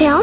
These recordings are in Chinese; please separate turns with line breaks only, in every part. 聊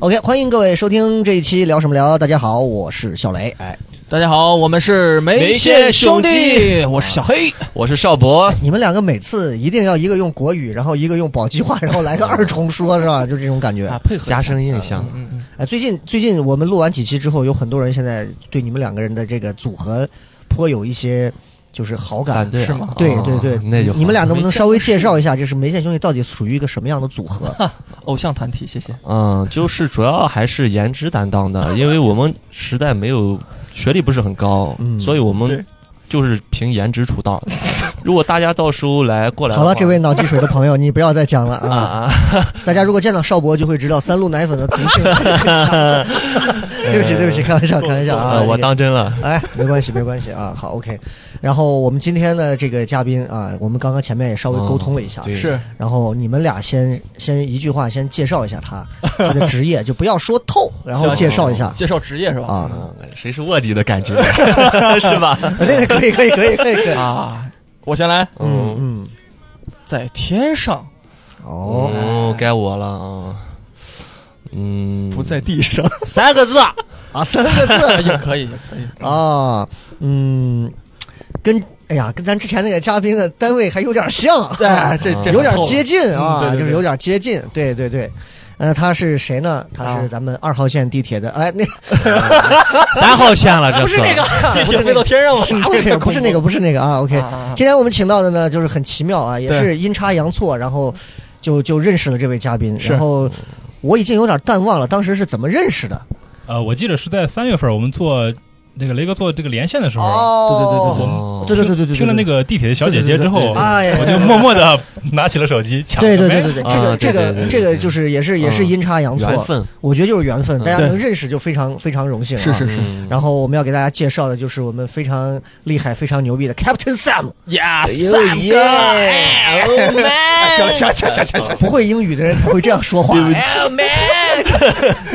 OK，欢迎各位收听这一期聊什么聊。大家好，我是小雷。哎，
大家好，我们是梅县兄
梅
弟，我是小黑。
我是邵博，
你们两个每次一定要一个用国语，然后一个用宝鸡话，然后来个二重说，是吧？就这种感觉
啊，。配合一下
加深印象。
哎，最近最近我们录完几期之后，有很多人现在对你们两个人的这个组合颇有一些就是好感
反。对
是吗
对
哦
对对，
那就好
你们俩能不能稍微介绍一下，就是梅县兄弟到底属于一个什么样的组合？
偶像团体，谢谢。
嗯，就是主要还是颜值担当的，因为我们时代没有学历不是很高，
嗯
所以我们就是凭颜值出道。如果大家到时候来 过来的
好
话，
了，这 位脑积水的朋友，你不要再讲了
啊
啊！
啊，
大家如果见到邵博，就会知道三鹿奶粉的毒 性 很强。对不起，对不起，开玩笑，开玩笑啊！
呃我
这个
当真了。
哎，没关系，没关系啊。 好，OK。然后我们今天的这个嘉宾啊，我们刚刚前面也稍微沟通了一下，
嗯对
是
然后你们俩先先一句话先介绍一下他他的职业，就不要说透，然后介绍一下
介绍职业是吧？
啊。哎
嗯，谁是卧底 的感觉是吧？嗯
对，可以，可以，可以，可以，可 以。
啊，我先来，
嗯
嗯，
嗯，
在天上
哦，
哦，该我了啊。嗯，
嗯不在地上
三个字，
啊，三个字
也可以，也可以。
啊，嗯，跟哎呀，跟咱之前那个嘉宾的单位还有点像，啊
哎，这这
有点接近
嗯
啊，
对对对
就是有点接近，对对对。呃，他是谁呢？他是
啊
咱们二号线地铁的，哎，那
三号线了，这
不是那个，啊不
地铁
是
飞
那
到
个，
天上了，
不是那 个，不是那个，不是那个啊。OK，
啊啊啊
今天我们请到的呢，就是很奇妙啊，也
对
是阴差阳错，然后就就认识了这位嘉宾，
是
然后我已经有点淡忘了当时是怎么认识的。
呃，我记得是在三月份，我们做那个雷哥做这个连线的时候，
哦
哦
对对对对对对，
听了那个地铁的小姐姐之后，
对对对对对哎呀
我就默默的拿起了手机，抢
对
着
对
呗
对对对，这
啊
个这
对对对
个
对
这个就是也是也是
嗯
阴差阳错，
缘分，
我觉得就是缘分，大家
对
能认识就非常非常荣幸啊。
是是是
嗯
然后我们要给大家介绍的就是我们非常厉害、非常牛逼的 Captain Sam，哎
呀，
三
三哎
哦
个
抢抢抢抢抢抢，
不会英语的人才会这样 说话。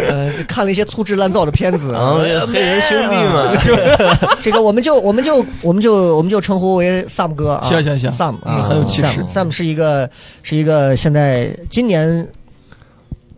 呃，看了一些粗制滥造的片子，
嗯
啊，黑人兄
呃
弟嘛，
这个我们就我们就我们就我们就称呼为 Sam 哥啊。
行行行
，Sam 啊，
嗯很有气势
Sam Sam 是一个是一个现在今年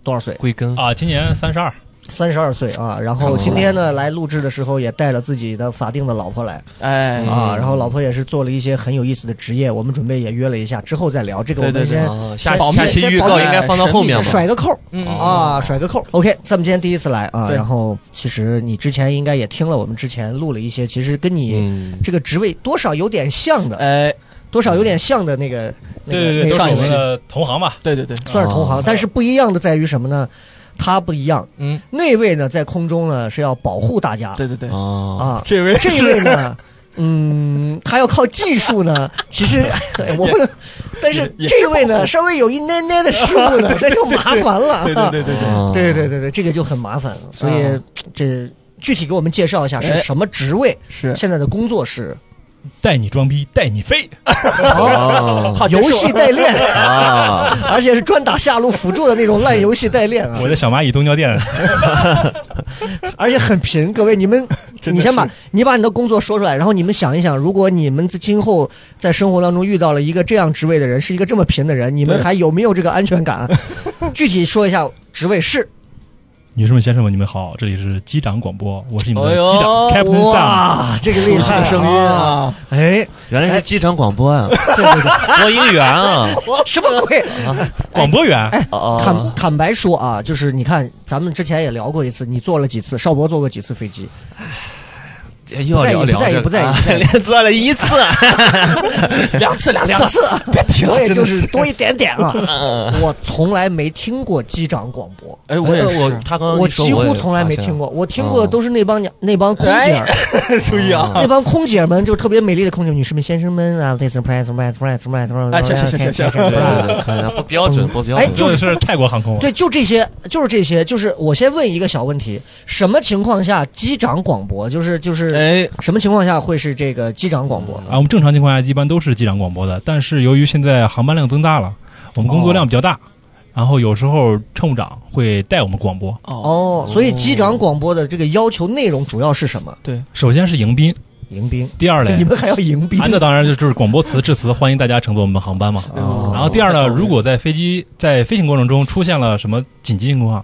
多少岁？
归根
啊，今年三十二，
三十二岁啊。然
看
后
不出
今
来
天呢来录制的时候也带了自己的法定的老婆来。
哎，
啊，
嗯
然后老婆也是做了一些很有意思的职业，我们准备也约了一下，之后再聊这个。我
对对
们
对
先
啊，下
保密
下期
先
预
保
告
密
应该放到后面吧。
甩个扣儿
嗯
哦
啊，甩个扣儿。OK，咱们今天第一次来啊，
对
然后其实你之前应该也听了我们之前录了一些，其实跟你
嗯，
这个职位多少有点像的，
哎，
多少有点像的那个那个
对对
那个
对，都是
上
我
一
们
期
的同行吧。
对对对，
算是同行
哦，
但是不一样的在于什么呢？他不一样，
嗯，
那位呢在空中呢是要保护大家
对对对，
啊，
啊，
这位
这位呢，嗯，他要靠技术呢，其实哎我不能，但是
也也
这位呢，稍微有一奶奶的失误呢，那就麻烦了啊。对
对
对对
对，
对对这个就很麻烦了。所以
啊
这具体给我们介绍一下是
哎
什么职位，
是
现在的工作是
带你装逼，带你 飞，
哦
啊游戏代练，
啊，
而且是专打下路辅助的那种烂游戏代练啊
我，的小蚂蚁东郊店，
而且很贫。各位，你 们
真的
你先把
是
你把你的工作说出来，然后你们想一想，如果你们今后在生活当中遇到了一个这样职位的人，是一个这么贫的人，你们
对
还有没有这个安全 感？具体说一下，职位是
女士们先生们，你们好，这里是机长广播，我是你们
哎
的
呦
机长 Captain Sam。
哇，这个厉害啊
声音！啊，
哎，
原来是机场广播啊，
对对对，
播音员啊，
什么鬼？
广播员，
坦
哦，
坦白说啊，就是你看，咱们之前也聊过一次，你坐了几次？邵博坐过几次飞机？
哎要聊
不
聊
在意
这个
不在意
啊
不在意
连做了一 次，
两次两
两
次，
次，
别停，
我也
真
就
的
是多一点点啊。
嗯
我从来没听过机长广播，
哎，我也
呃我
是，
啊
他刚刚
呃我
一说
几
也
乎从来没
发现哦
听
了。
过，我听过的都是那帮娘、那帮空姐儿、
注意啊，
那帮空姐儿们，就特别美丽的空姐女士们、先生们啊，这是 press press press press press，
哎行行行行行
对对对，可能不标准，不标
哎
准。
就
这
是
是泰国航空啊，
对，就这些，就是这些，就是我先问一个小问题：什么情况下机长广播？就是就是
哎，嗯
什么情况下会是这个机长广播？哦
啊，我们正常情况下一般都是机长广播的，但是由于现在航班量增大了，我们工作量比较
哦
大，然后有时候乘务长会带我们广播。
哦，
哦，所以机长广播的这个要求内容主要是什么？
对，
首先是迎宾，
迎宾，
第二
你
嘞，
们还要迎宾
啊，那当然就是广播词致辞，欢迎大家乘坐我们航班嘛。
哦
然后第二呢，如果在飞机在飞行过程中出现了什么紧急情况，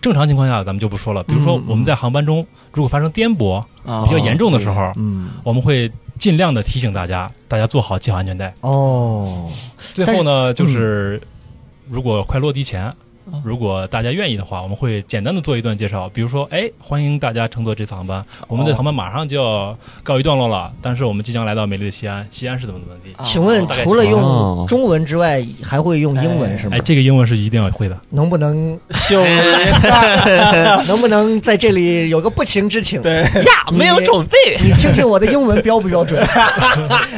正常情况下咱们就不说了。比如说
嗯嗯哦
我们在航班中如果发生颠簸
比
比较严重的时候，
嗯，
我们会尽量的提醒大家，大家做好系好安全带。
哦，
最后呢，就是嗯哦如果快落地前
啊，
如果大家愿意的话，我们会简单的做一段介绍，比如说，哎，欢迎大家乘坐这次航班，我们的航班马上就要告一段落了，但是我们即将来到美丽的西安，西安是怎么怎么地。
哦请问
大概
除了用
哦
中文之外，还会用英文是吗
哎，？这个英文是一定要会的。
能不 能
秀
能不能在这里有个不情之请？
对
呀
没有准
备，
你听听我的英文标不标准？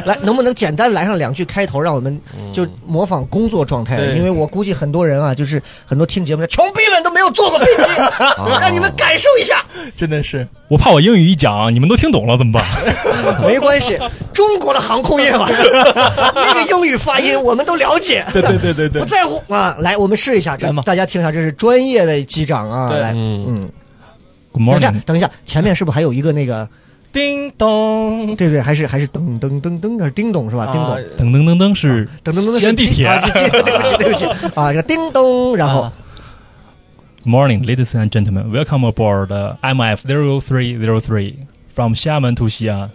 来，能不能简单来上两句开头，让我们就模仿工作状态？
嗯对
因为我估计很多人啊，就是很多听节目的穷逼们都没有坐过 飞机，
啊
让你们感受一下。
真的是
我怕我英语一讲，你们都听懂了怎么 办？
没关系，中国的航空业 嘛，那个英语发音我们都了解，
对对对对
不
对，
在乎啊。来，我们试一下，这
来嘛
大家听一下，这是专业的机长啊。
对
来，
嗯
嗯，
Good
等一下
morning，，
等一下，前面是不是还有一个那个？
叮咚，
对对，还是还是噔噔噔噔，还是叮咚是
啊
啊吧？叮
啊
咚。
噔噔噔噔是
等等等等，
西安地铁
啊这这对不起对不起啊，这个叮咚，然后
啊
Good morning, ladies and gentlemen. Welcome aboard uh, MF 0303 from Xiamen to 西 安。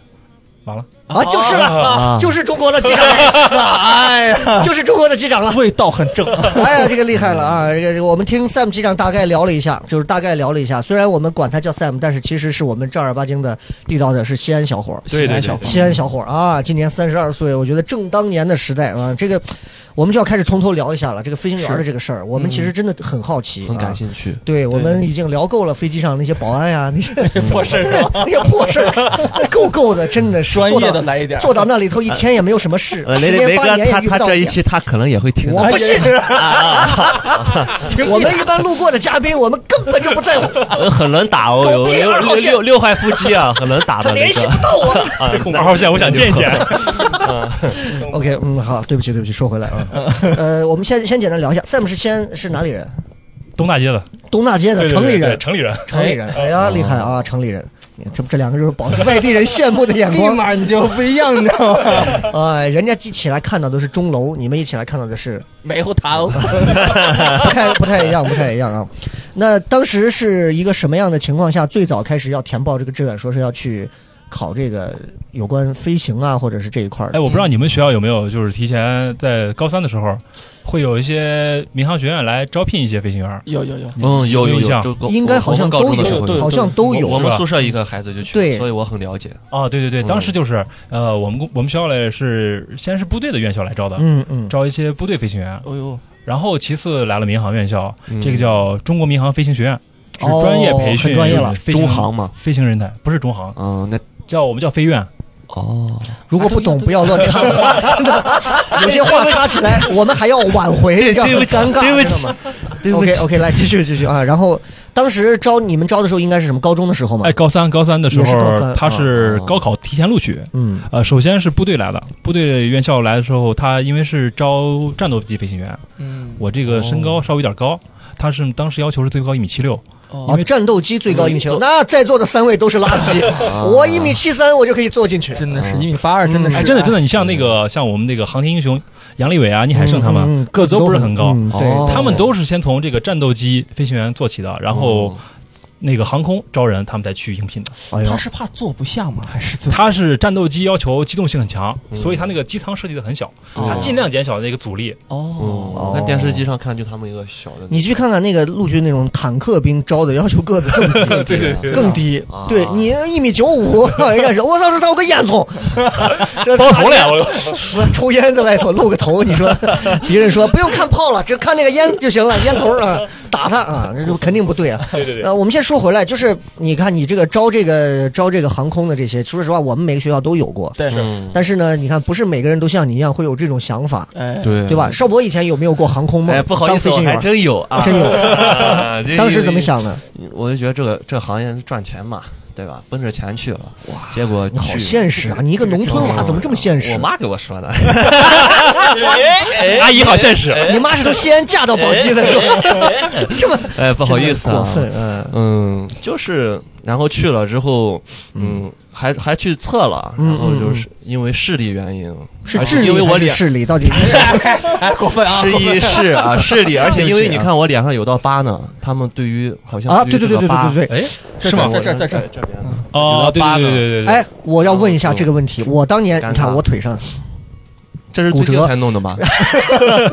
完了，
啊就是了，
啊
就是中国的机长了，
哎 呀，
就是中国的机长了。
味道很正，
哎呀，这个厉害了啊！这个这个我们听 Sam 机长大概聊了一下，就是大概聊了一下。虽然我们管他叫 Sam，但是其实是我们正儿八经的地道的是西安小伙儿。
对对
小
对
伙
西安小伙儿啊，今年三十二岁，我觉得正当年的时代啊，这个我们就要开始从头聊一下了。这个飞行员的这个事儿，我们其实真的很好奇，
很感
啊。
兴趣。
对我们已经聊够了飞机上那些保安呀、那些
破事儿
那个破事儿，啊够够的，真的是
专业
做
的
到
来一点，
坐到那里头一天也没有什么事，
呃，雷
十
雷
年
雷
八
哥，
年也
他
遇不
他
到
这一
点。
期他可能也会听的。
我不信，
平地
我们一般路过的嘉宾，我们根本就不在乎，
呃很能打哦，
狗
有
屁
有
二
有
号
六
线
六六块腹肌啊，很能打
他
的
联
那
系
个
不到我。
啊。
空白号线，我想见一见。
OK，嗯，好，对不起，对不起，说回来啊，呃，我们先先简单聊一下，Sam 是先是哪里人？
东大街的，
东大街的
对对
城里
对对
人，
城里人。
城里人，哎呀，厉害啊，城里人。这这两个就是保持外地人羡慕的眼
立
光
马你就不一样，你知道吗？
啊！人家一起来看到的是钟楼，你们一起来看到的是
猕猴 桃，
不太不太一样，不太一样啊。那当时是一个什么样的情况下，最早开始要填报这个志愿，说是要去考这个有关飞行啊，或者是这一块儿
哎，
的？
我不知道你们学校有没有，就是提前在高三的时候，会有一些民航学院来招聘一些飞行员。
有有有，
嗯，有有
有印
有，
象
就高
应该好像
我们高
都
中的时
有，
候
对对
好像都
我
有。
们宿舍一个孩子就去，
对
所以我很了解。
哦，对对对，
嗯
当时就是，呃，我们公我们学校嘞是先是部队的院校来招的，
嗯嗯，
招一些部队飞行员，
哦呦，
然后其次来了民航院校，
嗯
这个叫中国民航飞行学院，是
哦
专业培训
很专业了
飞行
中航嘛，
飞行人才，不是中航，
嗯，那
叫我们叫飞院。
哦，
如果不懂不要乱插话，真 的，有些话插起来我们还要挽回，这样很尴尬，
对不
知
起
道吗，
对不
？OK
起，
OK，来继续继续啊。然后当时招你们招的时候应该是什么高中的时候吗
哎，？高三高三的时
也是高
候
三，哦
他是
啊啊
高考提前录取。
嗯
呃，首先是部队来的，部队院校来的时候，他因为是招战斗机飞行员，
嗯，
我这个身高稍微有点高，他是当时要求是最高一米七六，
啊
哦，
战斗机最高一米七六，那在座的三位都是垃 圾。
啊
我一米七三，我就可以坐进去。
真的
嗯
是一米八二，真的是，
哎，真的真的，你像那个像我们那个航天英雄杨利伟啊、倪海胜他们，
嗯个子
都不是很高
嗯对，
哦
他们都是先从这个战斗机飞行员做起的，然后
哦
那个航空招人，他们才去应聘的。
哎呦
他，是怕坐不下吗？还是怎么？
它是战斗机，要求机动性很强，所以它那个机舱设计的很小，它
哦
尽量减小那个阻力。
哦
哦，那电视机上看就他们一个小的，
你去看看那个陆军那种坦克兵招的要求个子更低，
对对对
更低
啊。
对你一米九五， 人家说我操，这他有个烟囱，这
包头了，我
抽烟在外头露个头，你说敌人说不用看炮了，只看那个烟就行了，烟头啊，打他啊，那就肯定不对啊。
对对对，
呃，我们先说回来，就是你看你这个招这个招这个航空的这些，说实话，我们每个学校都有过，
但是
嗯
但是呢，你看不是每个人都像你一样会有这种想法，
哎，
对
对吧？？邵博以前有没有过航空梦？
哎，不好意思，
当
我
飞行
还
员。
真有啊，
真有
啊。 这
当时怎么？想的？
我就觉得这个这行业是赚钱嘛，对吧？奔着钱去了，哇！结果
你好
去嗯
现实啊！你一个农村娃怎么这么现实啊
我？妈给我 说的，
阿姨好现实，
你妈是从西安嫁到宝鸡的是吧？ 这么
哎，不
不
好意思
过
啊，
分嗯。
嗯，就是，然后去了之后，嗯，还还去测了，
嗯
然后就是因为视力原因，
是
而且
智力
因为我
还是
脸
视力到底 是
哎，过分啊！
是 一是 啊视力，而且因为
对不起
你
啊
看我脸上有道疤呢，他们对于好像
啊？对对对对对对
对，
对。
是吗？在这儿，在这儿，
这边
哦，对对对对对对，
哎，我要问一下这个问题。我当年
哦尴尬
你看我腿上，
这是最近才弄 的吧？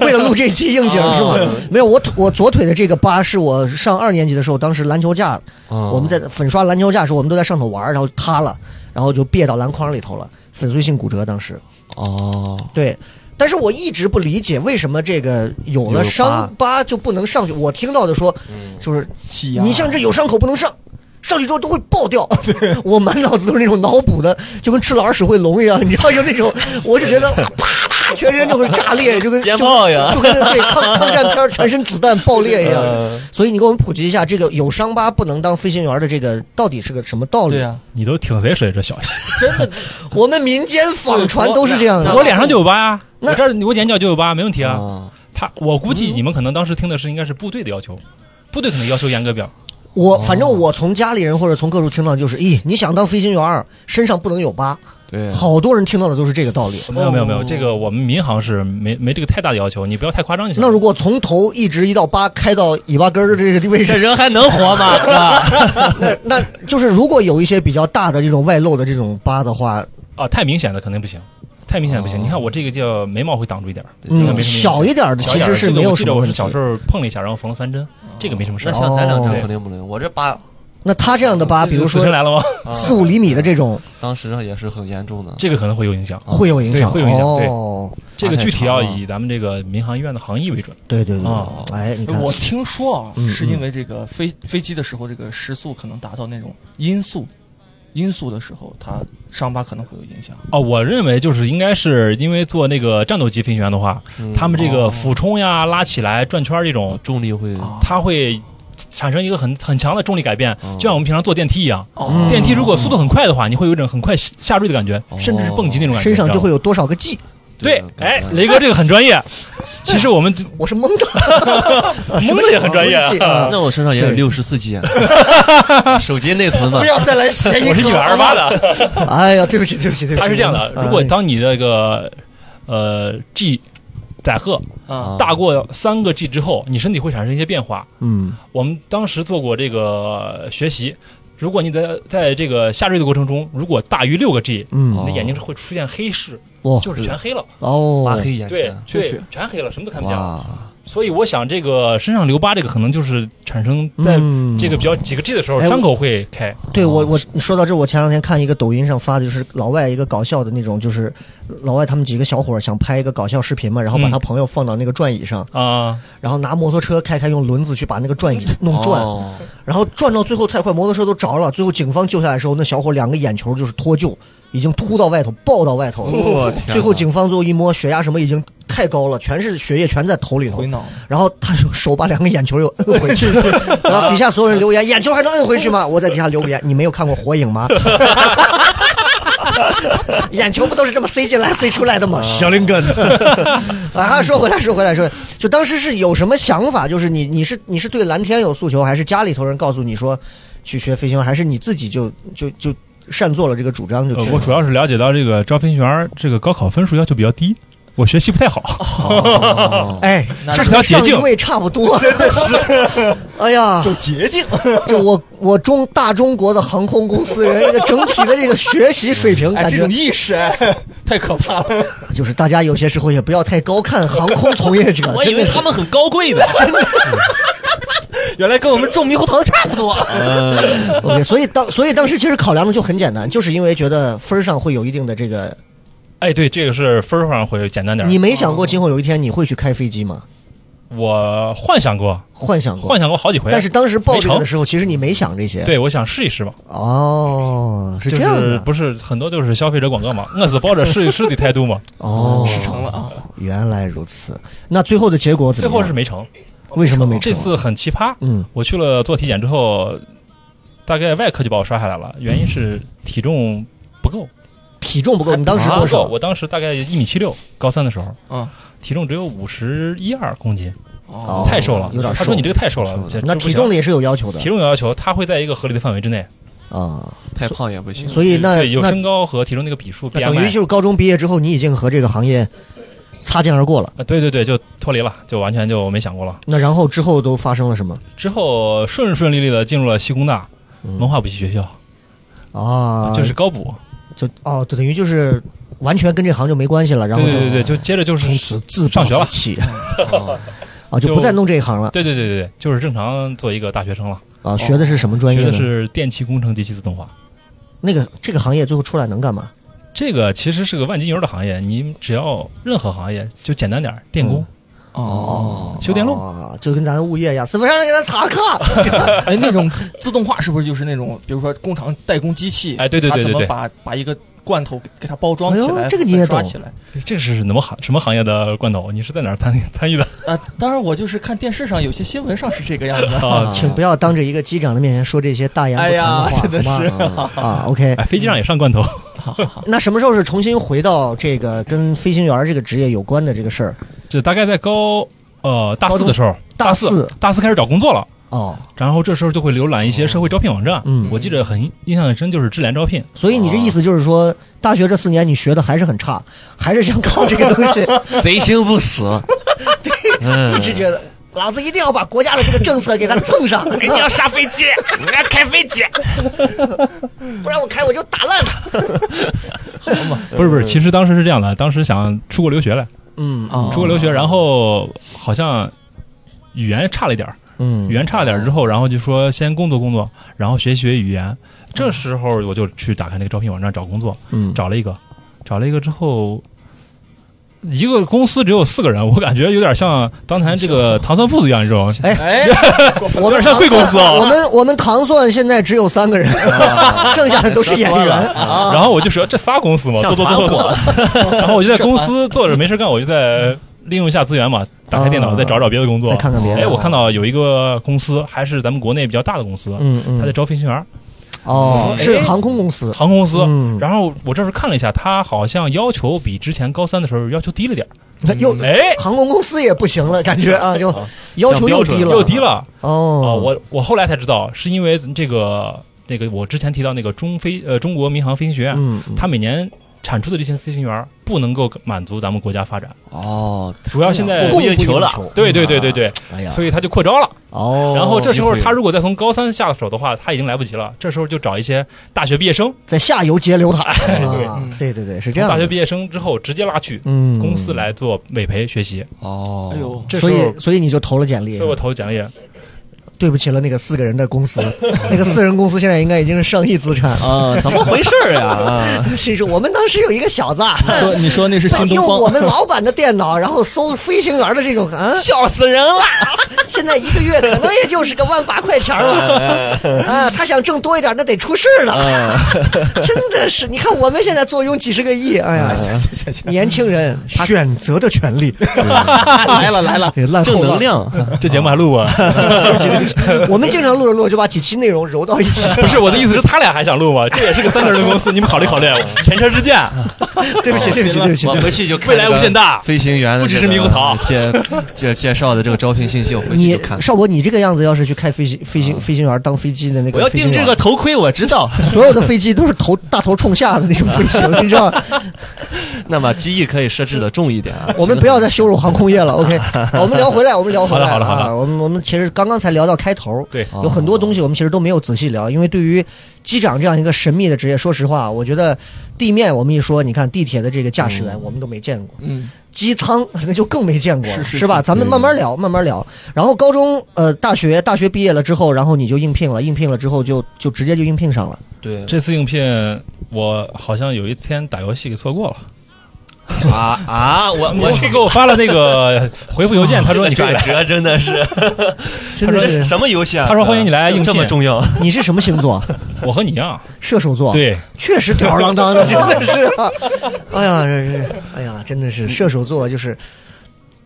为了录这期应景是吗？
哦
没有，我腿我左腿的这个疤是我上二年级的时候，当时篮球架
啊
我们在粉刷篮球架的时候，我们都在上头玩，然后塌了，然后就别到篮筐里头了，粉碎性骨折。当时
哦，
对，但是我一直不理解为什么这个有
有
了
疤嗯
伤疤就不能上去。我听到的说，就是
气压，
你像这有伤口不能上，上去之后都会爆掉。我满脑子都是那种脑补的，就跟吃了耳屎会聋一样，你 知道就那种，我就觉得 啊啪啪，全身就会炸裂，就跟
鞭
就
炮呀
就跟对抗抗战片儿全身子弹爆裂一样。所以你给我们普及一下，这个有伤疤不能当飞行员的这个到底是个什么道理？
对啊呀，
你都挺谁谁这消息？
真的
我们民间坊传都是这样
我
的。
脸上就有疤呀，
那
我这儿我眼角就有疤，没问题啊。
啊，
他我估
嗯
计你们可能当时听的是应该是部队的要求，部队可能要求严格点儿。
哦我反正我从家里人或者从各处听到就是，咦，你想当飞行员儿，身上不能有疤。
对，
好多人听到的都是这个道理。
没有没有没有，这个我们民航是没没这个太大的要求，你不要太夸张就行。
那如果从头一直一到八开到尾巴根儿的这个位置
这，人还能活 吗？是吧？
那那就是如果有一些比较大的这种外露的这种疤的话，
啊太明显的肯定不行，太明显不行。你看我这个叫眉毛会挡住一点儿，这个
哦嗯，
没什么
小一点的
小
其
一点
实
儿
是
这个
没有
我
什
记
么
得我
问
是
题。
小时候碰了一下，然后缝了三针，这个没什么事
那
儿。
像咱俩这
哦
样肯定不能，我这疤
那他这样的疤，啊比如
死
说
神来啊了吗？
四五厘米的这种，
当时也是很严重的，
这个可能会有影响。
会有影响，
对会有影响
哦，
这个具体要
太长了
以咱们这个民航医院的行医为准。
对对对
哦，
哎，你看，
我听说啊
嗯，
是因为这个飞飞机的时候，这个时速可能达到那种音速，音速的时候，它伤疤可能会有影响。
哦，我认为就是应该是因为做那个战斗机飞行员的话，
嗯
他们这
哦
个俯冲呀、拉起来、转圈儿这种，
重力会
哦
啊
它会产生一个很很强的重力改变，
哦
就像我们平常坐电梯一样。
哦
电梯如果速度很快的话，你会有一种很快下坠的感觉，
哦
甚至是蹦极那种感觉。
身上
你知道
就
吗
会有多少个 G？
对
这个，感，
哎
觉
雷哥这个很专业。其实我们
我是懵的，
懵的也很专业啊
什么是 G 啊
那我身上也有六十四 G，手 啊机内存嘛
不，要再来谐音
我是一
梗
百
了
二十八。的，
哎呀，对不起，对不起，对哎不起。
他是这样的。如果当你这个呃 G 载荷
啊，
大过三个 G 之后，你身体会产生一些变化。
嗯，
我们当时做过这个呃学习，如果你在在这个下坠的过程中，如果大于六个 G，
嗯哦
你的
哦
眼睛是会出现黑视，
哇
就是全黑了，
哦，
发黑眼
对
圈，
确
对
实，
全黑了，什么都看不见了。
哇，
所以我想，这个身上留疤，这个可能就是产生在
嗯
这个比较几个 G 的时候，
哎我
伤口会开。
对我
哦
我你说到这，我前两天看一个抖音上发的，就是老外一个搞笑的那种，就是老外他们几个小伙儿想拍一个搞笑视频嘛，然后把
嗯
他朋友放到那个转椅上，
啊、
然后拿摩托车开开，用轮子去把那个转椅弄转，
哦
然后转到最后太快，摩托车都着了，最后警方救下来的时候，那小伙儿两个眼球就是脱臼，已经凸到外头，爆到外头了。
我天哪
最后警方最后一摸，血压什么已经太高了，全是血液全在头里头
回。脑
然后他用手把两个眼球又摁回去， 然后底下所有人留言：眼球还能摁回去吗？我在底下留个言：你没有看过《火影》吗？ 眼球不都是这么塞进来塞出来的吗？小灵根。 啊，说回来，说回来，说回来就当时是有什么想法？就是你你是你是对蓝天有诉求，还是家里头人告诉你说去学飞行员，还是你自己就就就擅作了这个主张就
呃
去
我主要是了解到这个招飞行员儿这个高考分数要求比较低，我学习不太好。
哦
哎，
那
他
是条
和上
捷
一
径
位差不多，真的是。 哎呀，
走捷径。
就我我中大中国的航空公司人，这个整体的这个学习水 平，
哎，
感
这
觉
种意识哎，太可怕了。
就是大家有些时候也不要太高看航空从业 者，
我以
真
为
的是
他们很高贵的，
原来跟我们种猕猴桃的差不多。
OK。所以当所以当时其实考量的就很简单，就是因为觉得分儿上会有一定的这个。
哎，对，这个是分儿上会简单点儿。哦
你没想过今后有一天你会去开飞机吗？
我幻想过，
幻想过，
幻想过好几回，
哦但是当时报这
没
个
成
的时候，其实你没想这些。，
对我想试一试嘛，
哦，是
就
这样
是
的，
不是很多就是消费者广告嘛，饿死抱着试一试的态度嘛，
哦，
事成了啊！
原来如此。那最后的结 果怎
最
么
后
样？
是没成。
哦为什么没成？啊
这次很奇葩，
嗯，
我去了做体检之后，大概外科就把我刷下来了，原因是体重不够，
体重不够，你当时
不
多
够，
少？
我当时大概一米七六，高三的时候，
嗯，
体重只有五十一二公斤，
哦
太瘦了，
有点
他说
瘦
你这个太瘦了
瘦，了
这
那
这不
体
行
重的也是有要求的
体重有要求，它会在一个合理的范围之内，
啊，
太胖也不行
所以那
对有
那
身高和体重那个比数
那等于
BMI，
就是高中毕业之后，你已经和这个行业擦肩而过了。
啊对对对，就脱离了，就完全就没想过了。
那然后之后都发生了什么？
之后顺顺利利的进入了西工大
嗯
文化补习学校，
啊，
就是高补，
就哦，就等于就是完全跟这行就没关系了，然
对
后就
对对对，就接着就是
从此自暴
上学
自
了
弃，啊，就不再弄这一行了
对对对对对，就是正常做一个大学生了，
啊。学的是什么专
学
业
的
呢？
是电气工程及其自动化。
那个这个行业最后出来能干嘛？
这个其实是个万金油的行业，你只要任何行业就简单点儿，电工、
哦，
修电路，
啊，就跟咱物业一样，死不上来给咱查课。
哎，那种自动化是不是就是那种，比如说工厂代工机器？
哎对对对
它怎
对
么
对
把把一个罐头给给它包装起
哎
来，
呦这个你也
粉刷
懂
起来？
这是什么行什么行业的罐头？你是在哪儿参 参与的？
啊，当然我就是看电视上有些新闻上是这个样子的。
啊，请不要当着一个机长的面前说这些大言不
哎
惭
呀，真
的
的
话，好
是
吗？啊，OK
哎，。飞机上也上罐头，
那什么时候是重新回到这个跟飞行员儿这个职业有关的这个事儿？
这大概在高呃大四的时候，
大
四
四
大四开始找工作了。
哦，
然后这时候就会浏览一些社会招聘网站，
嗯
我记得很印象很深，就是智 联招聘，
所以你这意思就是说，大学这四年你学的还是很差，还是想靠这个东西，
贼心不死。嗯
一直 觉得老子一定要把国家的这个政策给它蹭上，
人哎家要杀飞 机，人家开飞机，
不然我开我就打烂它。
不是不是，其实当时是这样的，当时想出国留学来，
嗯
啊
出国留学，然后好像语言差了一点儿，
嗯
语言差了点儿之后，然后就说先工作工作，然后学习学语言。这时候我就去打开那个招聘网站找工作，
嗯
找了一个，找了一个之后，一个公司只有四个人，我感觉有点像当年这个糖蒜铺子一样，你知 道吗？
哎，
我们
有点像贵公司啊
我们我们唐蒜现在只有三个人， 剩下的都是演员啊。
然后我就说这仨公司嘛，做做做做， 然后我就在公司坐着没事干，我就在利用一下资源嘛，打开电脑
啊
再找找别的工作
再。看看别的。啊
哎，我看到有一个公司，还是咱们国内比较大的公司，
嗯
他
嗯，
在招飞行员，
哦，
哎
是航空公司。
航空公司。
嗯
然后我这时候看了一下，他好像要求比之前高三的时候要求低了点儿。
又
哎，
航空公司也不行了，感 觉啊，就要求又低了，
又低了。啊！
哦。
我我后来才知道，是因为这个那个我之前提到那个中飞呃中国民航飞行学院，
嗯，嗯
它每年产出的这些飞行员不能够满足咱们国家发展，
哦，
主要现在
供不
应求了
对对对对对，
哎呀，
所以他就扩招了。
哦，
然后这时候
机会
他如果再从高三下手的话，他已经来不及了。这时候就找一些大学毕业生，
在下游截流塔，
哎对嗯
啊对对对，是这样的。
大学毕业生之后直接拉去
嗯，
公司，来做委培学习。
哦，
哎呦，
这时
所
候
以，所以你就投了简历
所以。我投简历，
对不起了，那个四个人的公 司，那个四人公司现在应该已经是上亿资产。
啊，怎么回事儿呀？ 啊，
谁说我们当时有一个小子啊，
说你说那是新
用
东
我
方，
们老板的电脑，然后搜飞行员的这种啊，
笑死人了！
现在一个月可能也就是个万把块钱儿了， 啊，他想挣多一点，那得出事儿了， 真的是，你看我们现在坐拥几十个亿，哎呀，年轻人选择的权利 来了来了， 烂
正
透
能
了。
量，
这节目还录过？
我们经常录着录着就把几期内容揉到一起，
不是我的意思是，他俩还想录吗？这也是个三个人的公司，你们考虑考虑，前车之鉴，
对不起对不起对不起
我，回去就看
未来无限大。
飞行员的
不只
这
是
个
猕猴桃
介介介绍的这个招聘信息，我回去
你
就看。
少博，你这个样子要是去开飞行飞行
啊
飞行员当飞机的那个，
我要定制个，头盔，我知道。
所有的飞机都是头大头冲下的那种飞 行，你知道吗？
那么机翼可以设置的重一点啊。
我们不要再羞辱航空业了，OK？我们聊回来，我们聊回来。
好的好的好的
啊我们我们其实刚刚才聊到到开头，
对
有很多东西我们其实都没有仔细聊，因为对于机长这样一个神秘的职业，说实话，我觉得地面我们一说，你看地铁的这个驾驶员，我们都没见过。
嗯，
机舱那就更没见过了，
是是
吧？
是
咱们慢慢聊，慢慢聊。然后高中呃，大学大学毕业了之后，然后你就应聘了，应聘了之后就就直接就应聘上了。
对，
这次应聘我好像有一天打游戏给错过了，
啊啊！我
我去给我发了那个回复邮件，他说你可
转
以来，
折真的是，
真
这
的
是
是，
什么游戏啊？
他说欢迎你来
这
应聘
这么重要？
你是什么星座？
我和你一样，
射手座。，
对，
确实吊儿郎当 的，真的是、啊。哎呀，这是，哎呀，真的是射手座就是。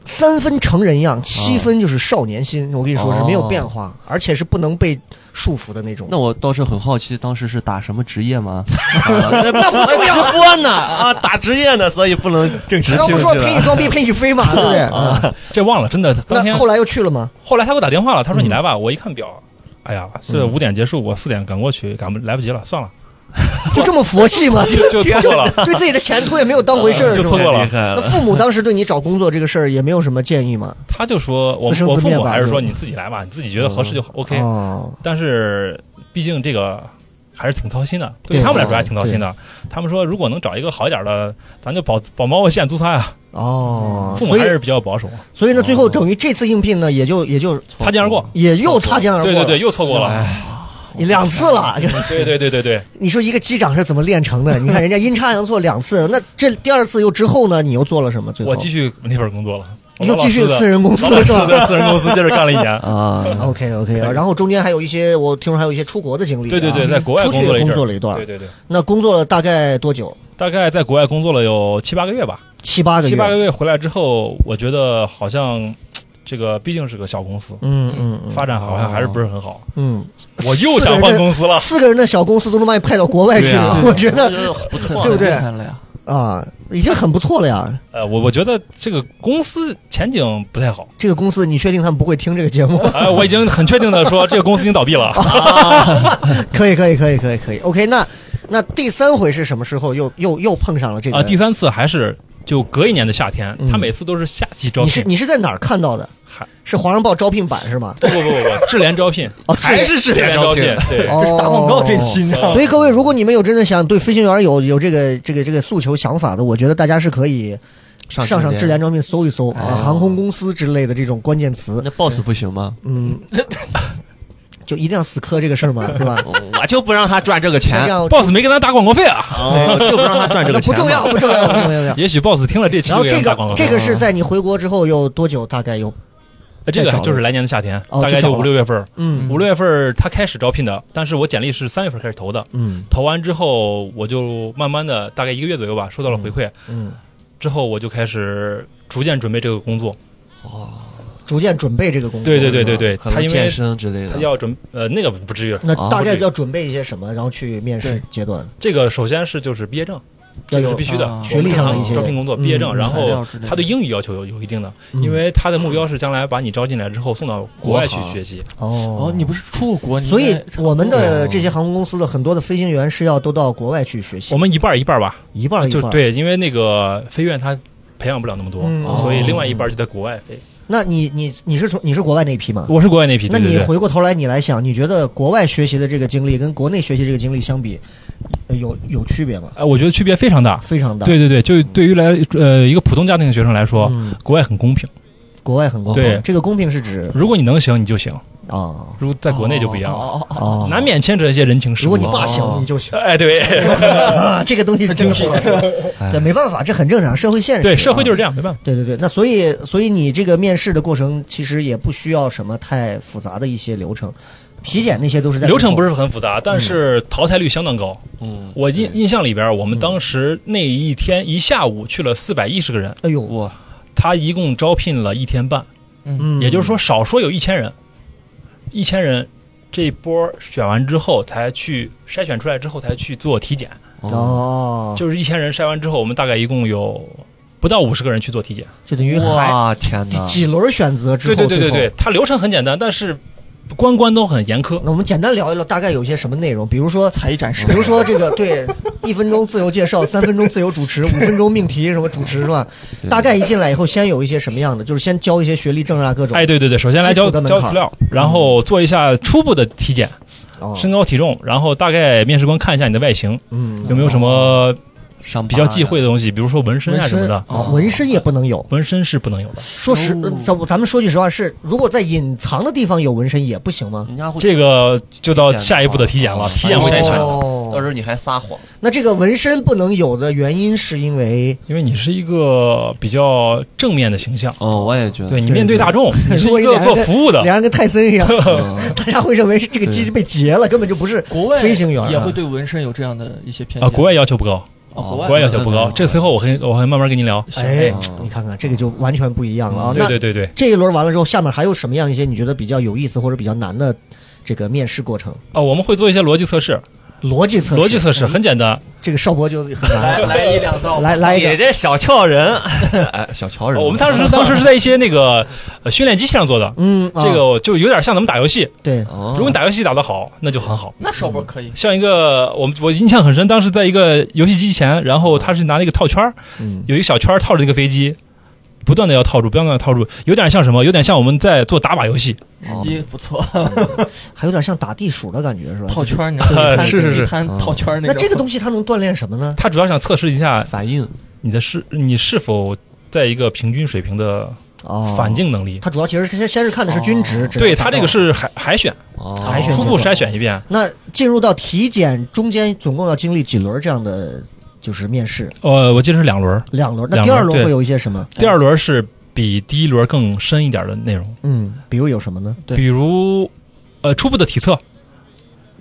三分成人样，七分就是少年心。我跟你说是没有变化，而且是不能被束缚的那种。
那我倒是很好奇，当时是打什么职业吗？那不直播呢啊，打职业呢，所以不能正
刚不说陪你装逼陪你 飞嘛，对不对？啊
这忘了，真的。当天
那后来又去了 吗？
后来他给我打电话了，他说你
嗯
来吧，我一看表，哎呀，是五点结束，我四点赶过去，赶不来不及了，算了，
就这么佛系吗？
就就错过了，啊
对自己的前途也没有当回事儿，
就是错
吧？
过了
厉害
那
了。
父母当时对你找工作这个事儿也没有什么建议吗？
他就说我
自生
我
自
父
灭
母
吧
还是说
就
你自己来吧，你自己觉得合适就好 OK，
哦，
但是毕竟这个还是挺操心的，对
对
他们来说还挺操心的。他们说如果能找一个好一点的，咱就保保毛线租他呀。
哦，
啊父母
所
还是
以
比较保守，
所以呢，最后等于这次应聘呢，也就也就
擦肩而过。
也又擦肩而过
对
了，哎
对对，又错过了。
你两次了。 就
对对对对 对，
你说一个机长是怎么练成 的？你看人家阴差阳错两次，那这第二次又之后呢，你又做了什么？最后
我继续那份工作了，
你又
我老
继续
老实的
私人公司
老老
了
实
是
实
吧
的私人公司，接着干了一 年。
啊，
？OK OK，然后中间还有一些我听说还有一些出国的经历啊，
对对对，在国外
出
工
去
作
也
了一
工
阵
作
儿。
了一段
对，对对，
那工作了大概多久？
大概在国外工作了有七八个月吧，
七八个月，
七八个月回来之后，我觉得好像这个毕竟是个小公司，
嗯嗯嗯
发展好像还是不是很好。
嗯，
我又想换公司了，
四个人的小公司都能把你派到国外去
对啊
了，我觉得
不错，
对不对
很厉害了呀？
啊，已经很不错了呀。
呃，我我觉得这个公司前景不太好。
这个公司，你确定他们不会听这个节目？
呃，我已经很确定的说，这个公司已经倒闭了。
哦可以，可以，可以，可以，可以。OK，那那第三回是什么时候又又又碰上了这个？
啊，第三次还是就隔一年的夏天
嗯，
他每次都是夏季招
你是
聘，
你是在哪儿看到的
嗨？
是《华商报》招聘版是吗？
不不不不不，智联招聘，
哦，
还是智联招聘，对，
哦
这是打广告这期，你知道吗
所以各位，如果你们有真的想对飞行员有有这个这个这个诉求想法的，我觉得大家是可以上上智联招聘搜一搜啊，航空公司之类的这种关键词，
那 boss 不行吗？
嗯，就一定要死磕这个事儿嘛，对吧？
我就不让他赚这个
那这
钱，
样
boss 没给咱打广告费啊，
我哦就不让他赚这
那
个
不
钱。
重要，不重要，不重要不 重要。
也许 boss 听了这期
哦然后
就给
这
咱打广
个
告
这
费，
个是在你回国之后有多久？大概有
呃这
再
个
找
就是
了
来年的夏天，
哦
大
就
概
找
就五
了
六月份儿，
嗯
五六月份儿他开始招聘的，但是我简历是三月份开始投的，
嗯
投完之后我就慢慢的大概一个月左右吧，收到了回馈，
嗯，
之后我就开始逐渐准备这个工作，
逐渐准备这个工作。
对对对对对，
可能
他因为
健身之类
他
的。
要准呃那个不至于，
那
啊
大概
不至于
要准备一些什么，然后去面试阶段
这个首先是就是毕业证，
要
这个
有
是必须的，
啊
学历上的一些
招聘工作毕业证，
嗯
然
材料
后
之类的
他对英语要求有有一定的，
嗯
因为他的目标是将来把你招进来之后送到国外去
国行
学习，
哦
哦，你不是出过国？你
所以
在差不多哦
我们的这些航空公司的很多的飞行员是要都到国外去学习，
哦我们一半儿一半儿吧，
一半儿一
就
半儿。
对，因为那个飞院他培养不了那么多
嗯，
所以另外一半儿就在国外飞。
那你你你是从你是国外那一批吗？
我是国外那批，
哦那
对
你
对对
回过头来你来想，你觉得国外学习的这个经历跟国内学习这个经历相比，呃有有区别吗？
呃，我觉得区别非常大。
非常大。
对对对，就对于来呃一个普通家庭的学生来说，
嗯，
国外很公平。
国外很公
对
平。这个公平是指
如果你能行，你就行；
啊
如果在国内就不一样了，
哦哦哦哦
啊，
难免牵扯一些人情世
如
故
果。你爸
哦
行，你就行。
哎，对
啊，这个东西是真的不好说，对，没办法，这很正常，社会现实。
对，社会就是这样，没 办法。
对对对，那所以所以你这个面试的过程其实也不需要什么太复杂的一些流程，体检那些都是在
流程不
是
是很复杂，但
嗯
是淘汰率相当高。
嗯，
我印印象里边，我们当时那一天一下午去了四百一十个人，
哎呦，
我
他一共招聘了一天半，
嗯，
也就是说少说有一千人，一千人这一波选完之后才去筛选出来之后才去做体检。
哦，
就是一千人筛完之后，我们大概一共有不到五十个人去做体检。
就等于还
哇天
几
哪！
几轮选择之
对
后，
对对对
最后
对，它流程很简单，但是关关都很严苛。
那我们简单聊一聊，大概有些什么内容？比如说，
才艺展示，
比如说这个对，一分钟自由介绍，三分钟自由主持，五分钟命题什么主持是吧？大概一进来以后，先有一些什么样的，就是先交一些学历证啊各种。
哎，对对对，首先来
基
交
础的门槛嗯
交资料，然后做一下初步的体检，
哦，
身高体重，然后大概面试官看一下你的外形
嗯，
有没有什么
上
比较忌讳的东西，比如说纹身啊什么的，
哦纹身也不能有。
纹身是不能有的。
说实，呃咱咱们说句实话，是如果在隐藏的地方有纹身也不行吗？
人家会
这个就到下一步的体检了，体检
不
会
筛选
看，
的，到时
哦，
候你还撒谎，
那这个纹身不能有的原因是因为，
因为你是一个比较正面的形象，
哦，我也觉得
对
嗯
你
对
面对大众，你是啊
如果
一
你
个
脸
做
上跟
服务的，
脸上跟泰森一样，
嗯
大家会认为是这个鸡
对
被劫了，根本就不是
国外
飞行员啊
也会对纹身有这样的一些偏
啊，
见。
国外要求不高，
哦
国
国
国外要
求
求不高。这随后我很我会慢慢跟您聊。
哎
嗯，
你看看这个就完全不一样了啊！
对
那
对对对，
这一轮完了之后，下面还有什么样一些你觉得比较有意思或者比较难的这个面试过程？
哦，我们会做一些逻辑测试，
逻辑测试，嗯
逻辑测试很简单。
这个邵博就很难
来
了。
来一两道，
来来一个，
这小俏人，哎，小
嗯
乔人，
哦我们当时当时是在一些那个呃训练机器上做的，
嗯，啊
这个就有点像咱们打游戏。
对，
哦，
如果你打游戏打得好，那就很好。
那手不可以。
像一个我们我印象很深，当时在一个游戏机前，然后他是拿那个套圈儿，
嗯
有一个小圈儿套着一个飞机，不断的要套住，不断的套住，有点像什么？有点像我们在做打靶游戏。
哦
一不错，
还有点像打地鼠的感觉是吧？
套圈儿，你知道吗？
啊是是是
地摊套圈儿
那
那
这个
东
东西它能锻炼什么呢？
他主要想测试一下
反应，
你的是你是否在一个平均水平的
哦，
反，应能力。
它主要其实先先是看的是均值，只哦要
对
达
他这
到
个是海海选，
海选
初步筛选一遍。
那进入到体检中间，总共要经历几轮这样的就是面试？
呃，我记得是两轮儿，
两轮。那
两轮
第二轮
对
会有一些什么？
第二轮是比第一轮更深一点的内容，
嗯，比如有什么呢？
对
比如呃初步的体测。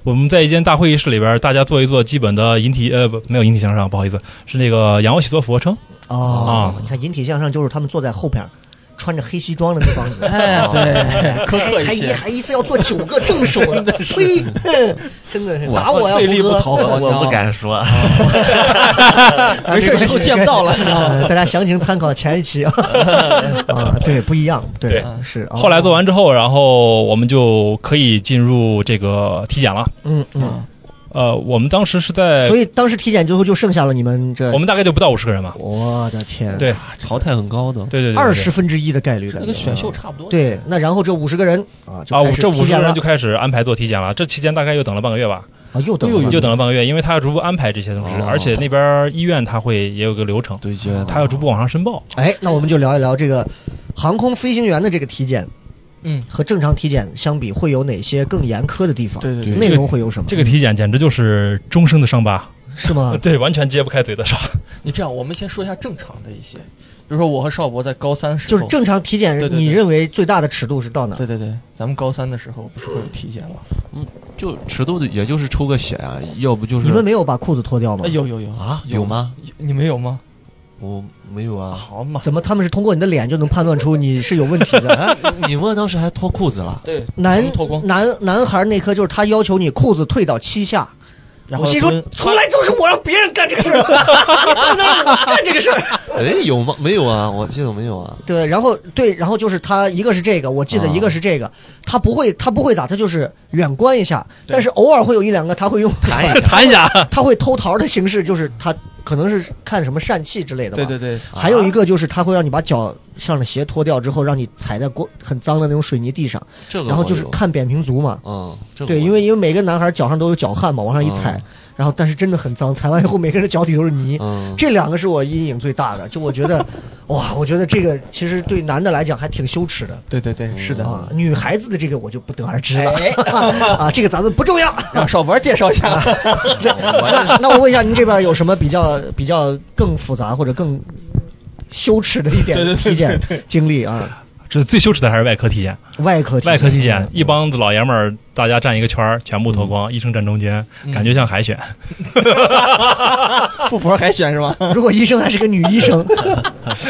我们在一间大会议室里边，大家做一做基本的引体呃不没有引体向上，不好意思，是那个仰卧起坐俯卧撑。
哦
啊，
你看引体向上就是他们坐在后边儿，穿着黑西装的那帮子。
哎，对，苛刻
哎还
一
一
些。
还一次要做九个正手，呸！哼真的是
我
打我呀，
费力
胡
不
歌
讨好，
我不
你知道吗。
敢说，
没事，以后见不到了，你知道吗？
呃大家详情参考前一期啊。啊，对，不一样，对，是。哦
后来做，完之后，然后我们就可以进入这个体检了。
嗯嗯，
呃，我们当时是在
所以当时体检最后就剩下了你们这
哎我，们大概就不到五十个人嘛。
我的天，
对
淘汰很高的，
对对对对，对
二十分之一的概率的
那个选秀差不多。
对，那然后这五十个人啊，就
啊，
开
我
始
这五
体
十
检
个
了
人就开始安排做体检了。这期间大概又等了半个月吧，
啊，又等
又
又
等了半个月，因为他要逐步安排这些东西，
哦
而且那边医院他会也有个流程，
对接的，
他要逐步往上申报。
哎，那我们就聊一聊这个航空飞行员的这个体检，
嗯，
和正常体检相比，会有哪些更严苛的地方？
对对对，
内容会有什么？
这个体检简直就是终生的伤疤，
是吗
？对，完全揭不开嘴的伤。
你这样，我们先说一下正常的一些，比如说我和邵博在高三时
就
候，
是正常体检，
对对对
你认为最大的尺度是到哪？
对对对，咱们高三的时候不是会有体检吗？
就尺度的，也就是抽个血啊，要不就是
你们没有把裤子脱掉吗
哎，？有有有
啊有？吗？
有你们有吗？
我没有啊，
好嘛，
怎么他们是通过你的脸就能判断出你是有问题的？
哎， 你们当时还脱裤子了，
对，
男
全部脱光，
男男孩那科就是他要求你裤子退到膝下，
然
我
后
心说
蹲啊
从来都是我让别人干这个事儿，你怎么能让我干这个事儿？
哎，有吗？没有啊，我记得没有啊，
对，然后对，然后就是他一个是这个，我记得
啊
一个是这个，他不会他不会咋，他就是远观一下，但是偶尔会有一两个他会用
弹一
谈一下，
他会偷桃的形式，就是他可能是看什么疝气之类的吧。
对对对，
还有一个就是他会让你把脚上的鞋脱掉之后，让你踩在过很脏的那种水泥地上，
这个
然后就是
我有
看扁平足嘛。
嗯，这个
对，
我
因为因为每个男孩脚上都有脚汗嘛，往上一踩
嗯，
然后但是真的很脏，踩完以后每个人的脚底都是泥。
嗯
这两个是我阴影最大的，就我觉得， 哇，我觉得这个其实对男的来讲还挺羞耻的
对对对，是
嗯
的。
啊。女孩子的这个我就不得而知了、
哎
啊，这个咱们不 重要。
让邵博介绍一下，
那那我问一下，您这边有什么比较比较更复杂或者更羞耻的一点体检经历啊？
这最羞耻的还是外科体检。
外科体嗯
外科体检，一帮子老爷们儿，大家站一个圈儿，全部脱光，医生站中间，
嗯
感觉像海选。
富婆海选是吧？
如果医生还是个女医生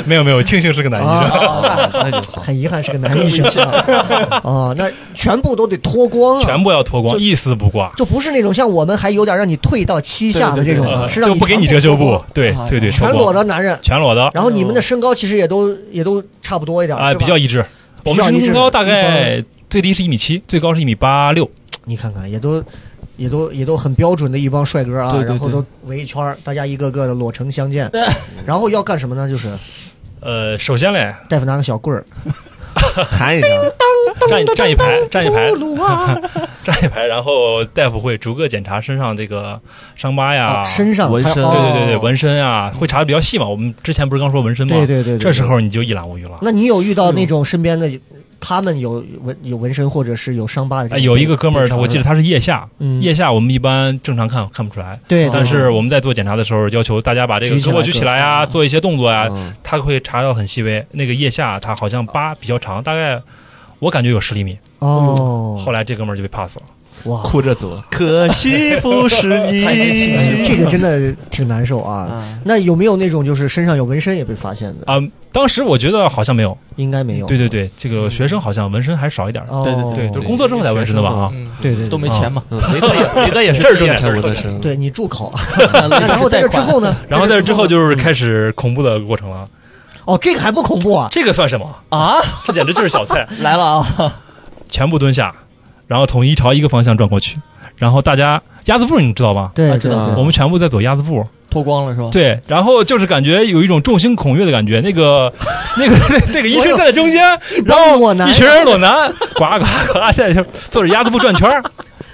没有没有，庆幸是个 男医生。
啊，
那就 好，
很遗憾是个男医 生啊。哦，那全部都得脱光啊，
全部要脱光，
就
一丝不挂，
就不是那种像我们还有点让你退到膝下的这种啊，
呃
是让
就不给你
全
遮
部
羞
脱光
布，对
啊
对对，
全
脱
裸
光
的男人，
全裸的
然后你们的身高其实也都也都差不多一点
啊，
是吧
比较一致。
比
我
较
们
一致
身高大概最低是一米七，最高是一米八六。
你看看，也都也都也都很标准的一帮帅哥啊，
对对
然后
对
都围一圈儿，大家一个个的裸成相见，然后要干什么呢？就是
呃，首先嘞，
大夫拿个小棍儿，
弹一下，
站站一排，站一排，
噜啊，
站一排，然后大夫会逐个检查身上这个伤疤呀，
啊身上
纹
还有
身
哦
对对对对，纹身啊，会查的比较细嘛。我们之前不是刚说纹身吗？
对对对对
这时候你就一览无余了。
那你有遇到
哎
那种身边的，他们有纹有纹身或者是有伤疤的这
哎，
种？
有一个哥们儿，他我记得他是腋下，
啊嗯
腋下我们一般正常看看不出来，
对，对
但是我们在做检查的时候，要求大家把这个
举起
胳
来哦
膊举起来呀，做一些动作呀，
嗯
他会查到很细微。那个腋下他好像疤比较长，大概我感觉有十厘米。
哦，
后来这哥们儿就被 pass 了。
哇，
哭着走，哦可惜不 是
哎
你。
这个真的挺难受啊。
啊，
那有没有那种就是身上有纹身也被发现的？
啊、当时我觉得好像没有，
应该没有。
对对对，这个学生好像纹身还少一点儿，
哦，
对对
对，就是
对
工作之后才纹身的吧啊。
嗯，
对对对
都没钱嘛，
嗯没得也 没得也是这儿钱，我的神。
对你住 口。那
然
然后在这之后呢？
然后在
在
这之后
呢
就是开始恐怖的过程了，
哦，这个还不恐怖啊？
这个算什么？
啊
这简直就是小菜，
来了啊，
全部蹲下，然后统一朝一个方向转过去，然后大家鸭子步你知道吧？
对
啊
对
知道
对
嗯
我们全部在走鸭子步，
脱光了是吧？
对，然后就是感觉有一种众星拱月的感觉，那个、那个、那个医生站在中间，然
帮
后
裸男
一群人裸男，呱呱呱在这坐着鸭子步转圈儿，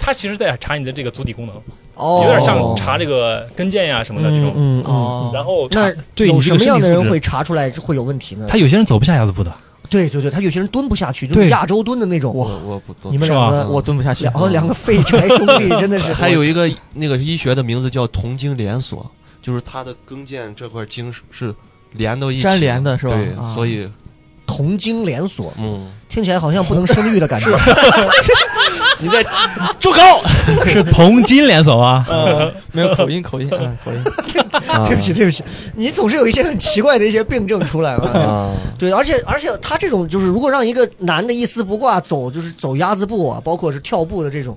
他其实在查你的这个足底功能，
哦，
有点像查这个跟腱呀、什么的这
嗯
种。
嗯嗯。
哦，
然后查
那
对
有
你这
什
个
么样的
身体素
人
质
会查出来会有问题呢？
他有些人走不下鸭子步的，
对对对，他有些人蹲不下去，就是
对
亚洲蹲的那种。
我我不懂
你们
是
两
吧
个
我蹲不下去，
两个两个废柴兄弟真的是
还有一个那个医学的名字叫同经连锁，就是它的跟腱这块经是是连到一起
粘连的是吧
对
啊，
所以
同经连锁，
嗯，
听起来好像不能生育的感觉。
你在
住口！是同金连锁吗？
嗯没有口音口音嗯口音，
对不起对不起，你总是有一些很奇怪的一些病症出来嘛。
啊，
对，而且而且他这种就是，如果让一个男的一丝不挂走，就是走鸭子步啊，包括是跳步的这种，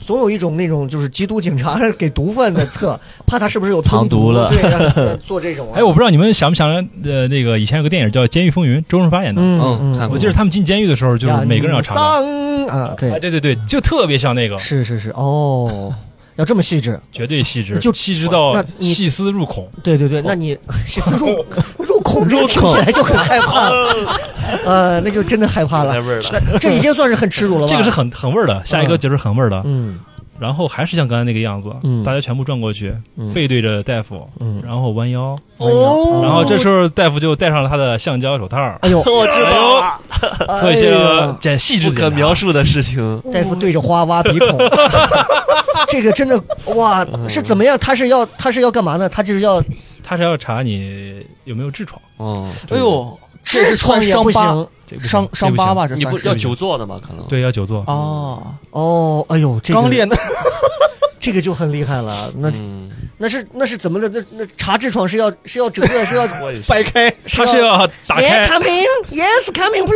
总有一种那种就是缉毒警察给毒贩的测，怕他是不是有
藏毒
毒
了
对，让他做这种啊。
哎，我不知道你们想不想呃，那个以前有个电影叫《监狱风云》，周润发演的。
嗯
嗯看
嗯
过
我记得他们进监狱的时候，就是每个人要查的。
桑啊，
哎，
对，
对对对，就特别像那个，
是是是，哦，要这么细致，
绝对细致，
就
细致到
那你
细思入恐。
对对对，那你是 入入孔入听起来就 很害怕，呃，那就真的害怕
太
了，
味儿了，
这已经算是很耻辱了吧？
这个是很很味儿的，下一个就是很味儿的。
嗯
然后还是像刚才那个样子，
嗯
大家全部转过去，
嗯
背对着大夫，
嗯，
然后弯腰，
哦
然后这时候大夫就戴上了他的橡胶手套，
哎呦，
我知道了，
做一些
哎呦
简细致
不
的
可
检查
描。述的事情，
大夫对着花挖鼻孔， 这个真的哇，是怎么样？他是要他是要干嘛呢？他就是要
他是要查你有没有痔疮，
嗯，
哎呦，这
痔
是
疮
算
也不
伤疤
行
这不行
伤伤疤？吧？
这
这
你
算
不
是
要久坐的吗？可能
啊
不行对，要久坐。
哦，
哦，哎呦，这个
刚练的
这个就很厉害了，那
嗯，
那是那是怎么的？那那查痔疮是要是要整个是要
掰开，
他是要打
Yeah,
开，
coming, yes, coming,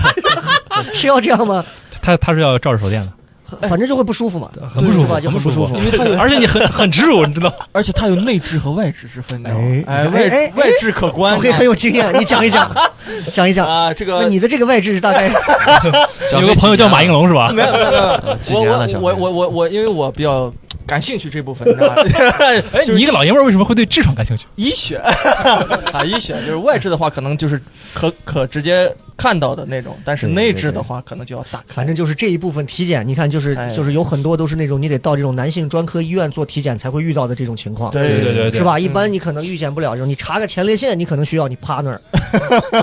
please，是 要这样吗？
他他是要照着手电的，
反正就会不舒服嘛，
很不舒
对吧
服，
就
很
很不
舒
舒服。
为它有
而且你很很耻辱，你知道吗？
而且它有内痔和外痔之分的
哎，哎
外
哎
外痔可观
小黑很有经验，你讲一讲，讲一讲。
啊，这个
那你的这个外置是大概
有个朋友叫马应龙是吧？
没有没有没有，
几年了小
我我我我
黑
我我，因为我比较感兴趣这部分，你知道吧？
哎，你一个老爷们儿为什么会对痔疮感兴趣？
医学啊，医学就是外痔的话，可能就是可可直接看到的那种，但是
对
内痔的话，可能就要打开
反正就是这一部分体检，你看就是
哎
就是有很多都是那种你得到这种男性专科医院做体检才会遇到的这种情况，
对
对对对，
是？吧？一般你可能预见不了，就是你查个前列腺，你可能需要你趴那儿。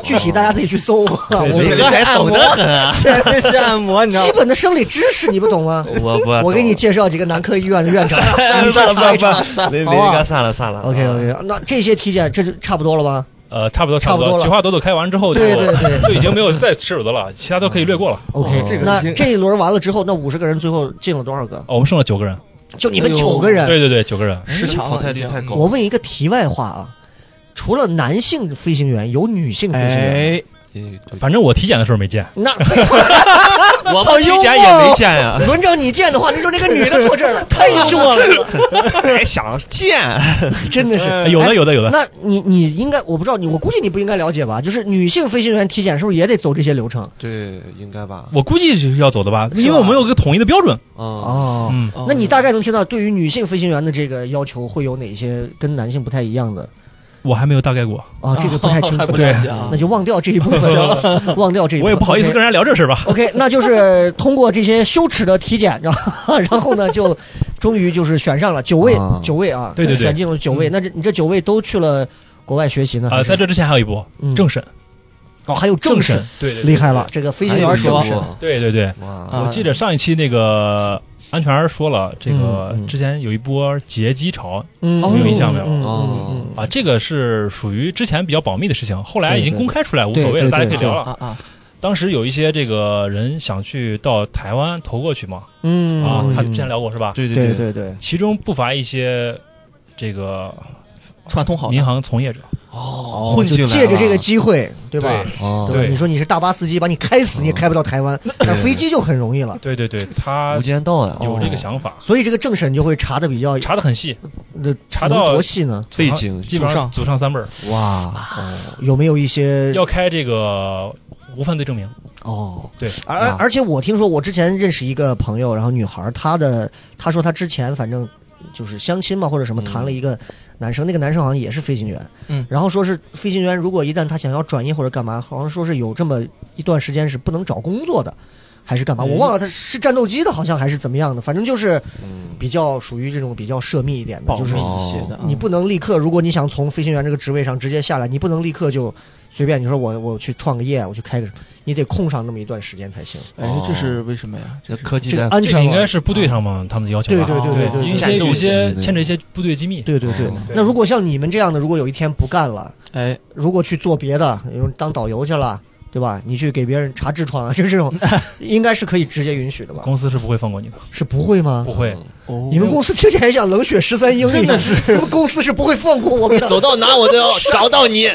具体大家自己去搜，啊
对
我
对
们
对
这个
还懂得很啊，
前列腺按摩，你知道
基
吗？
本的生理知识你不懂吗？
我 不，
我给你介绍几个男科医院的院长，你去
算了
查
算
一
了
查。
算了，那
好不好
那个算了算了
OK OK，那这些体检这就差不多了吧？
呃，差不多，
差不
不
多了
菊花朵朵开完之后，就
对对对嗯
就已经没有再吃有的了，其他都可以略过了。
OK，、
哦这个哎
那
已经
这一轮完了之后，那五十个人最后进了多少个？
哦，我们剩了九个人，
就你们
哎呦
九个人。
对对对，九个人。
十强
淘汰
了已
率
经
嗯太高
我问一个题外话啊，除了男性飞行员，有女性飞行员吗？
哎，
这这
反正我体检的时候没见，
那，
我们体检也没见呀
轮着你见的话，你说那个女的坐这儿了，太羞耻了，
还想见？
真的是。
哎
哎
有的有的有的，
嗯哎那你你应该，我不知道你，我估计你不应该了解吧？就是女性飞行员体检是不是也得走这些流程？
对，应该吧？
我估计是要走的吧，因为我们有个统一的标准。
嗯，
哦，
嗯，
哦
那你大概能听到对于女性飞行员的这个要求会有哪些跟男性不太一样的
我还没有大概过，
啊？这个不太清楚，
哦还不
对
了解啊
那就忘掉这一部分， 忘掉这一部分。
呃我也不好意思
OK
跟人家聊这事儿吧。
OK，那就是通过这些羞耻的体检，然后 然后呢，就终于就是选上了九位
啊，
九位啊，
对对对
选进了九位。那这你这九位都去了国外学习呢？
啊，在这之前还有一波
嗯
政审，
哦，还有政审，，
对对对
厉害了，这个飞行
还有
员
一
政
说
审，
对对对。
哇，
啊
我记得上一期那个安全儿说了，这个
嗯嗯
之前有一波劫机潮
嗯，
哦有印
象没有
嗯嗯
哦
嗯嗯
啊，这个是属于之前比较保密的事情，后来已经
对对
公开出来，无
对
所谓了，
对
大家可以
对
聊了。
啊啊！
当时有一些这个人想去到台湾投过去嘛，
嗯
啊，
嗯
他之前聊过是吧？
对
对
对，
对对，
其中不乏一些这个
串通好的
民航从业者，
哦混进
就
来
借着
了
这个机会，对吧？
哦，
吧？
对哦
你说你是大巴司机，把你开死，你也开不到台湾，但飞机就很容易了。
对对对，他
无间道呀，
有这个
哦
想法，
所以这个政审就会查的比较，
查的很细，
那
查到
能多细呢？
背景
基本
祖
上
上
祖上三辈儿
哇，
有没有一些
要开这个无犯罪证明，
哦，
对啊
而而
哇
而且我听说，我之前认识一个朋友，然后女孩儿，她的她说她之前反正就是相亲嘛或者什么，
嗯
谈了一个男生，那个男生好像也是飞行员，
嗯
然后说是飞行员，如果一旦他想要转业或者干嘛，好像说是有这么一段时间是不能找工作的。还是干嘛？
嗯
我忘了他是战斗机的，好像还是怎么样的，反正就是
嗯，
比较属于这种比较涉密一点的，
保
就是
密一些的啊，
你不能立刻，如果你想从飞行员这个职位上直接下来，你不能立刻就随便你说我我去创个业，我去开个，你得空上那么一段时间才行。
哎，这是为什么呀？
这啊科技
这个
在
安
这个
全
应该
网
是部队上嘛，他们的要求吧？
对
对对对对
因为一
战
些
斗
有些
机那
牵扯一
种
些部队机密，
对对对
哦。
那如果像你们这样的，如果有一天不干了，
哎，
如果去做别的，比如当导游去了，对吧？你去给别人查痔疮啊，就这 种，应该是可以直接允许的吧？
公司是不会放过你的，
是不会吗？
不会。
哦
你们公司听起来像冷血十三英，真的是，你们公司是不会放过我们 的。
走到哪我都 要找到你。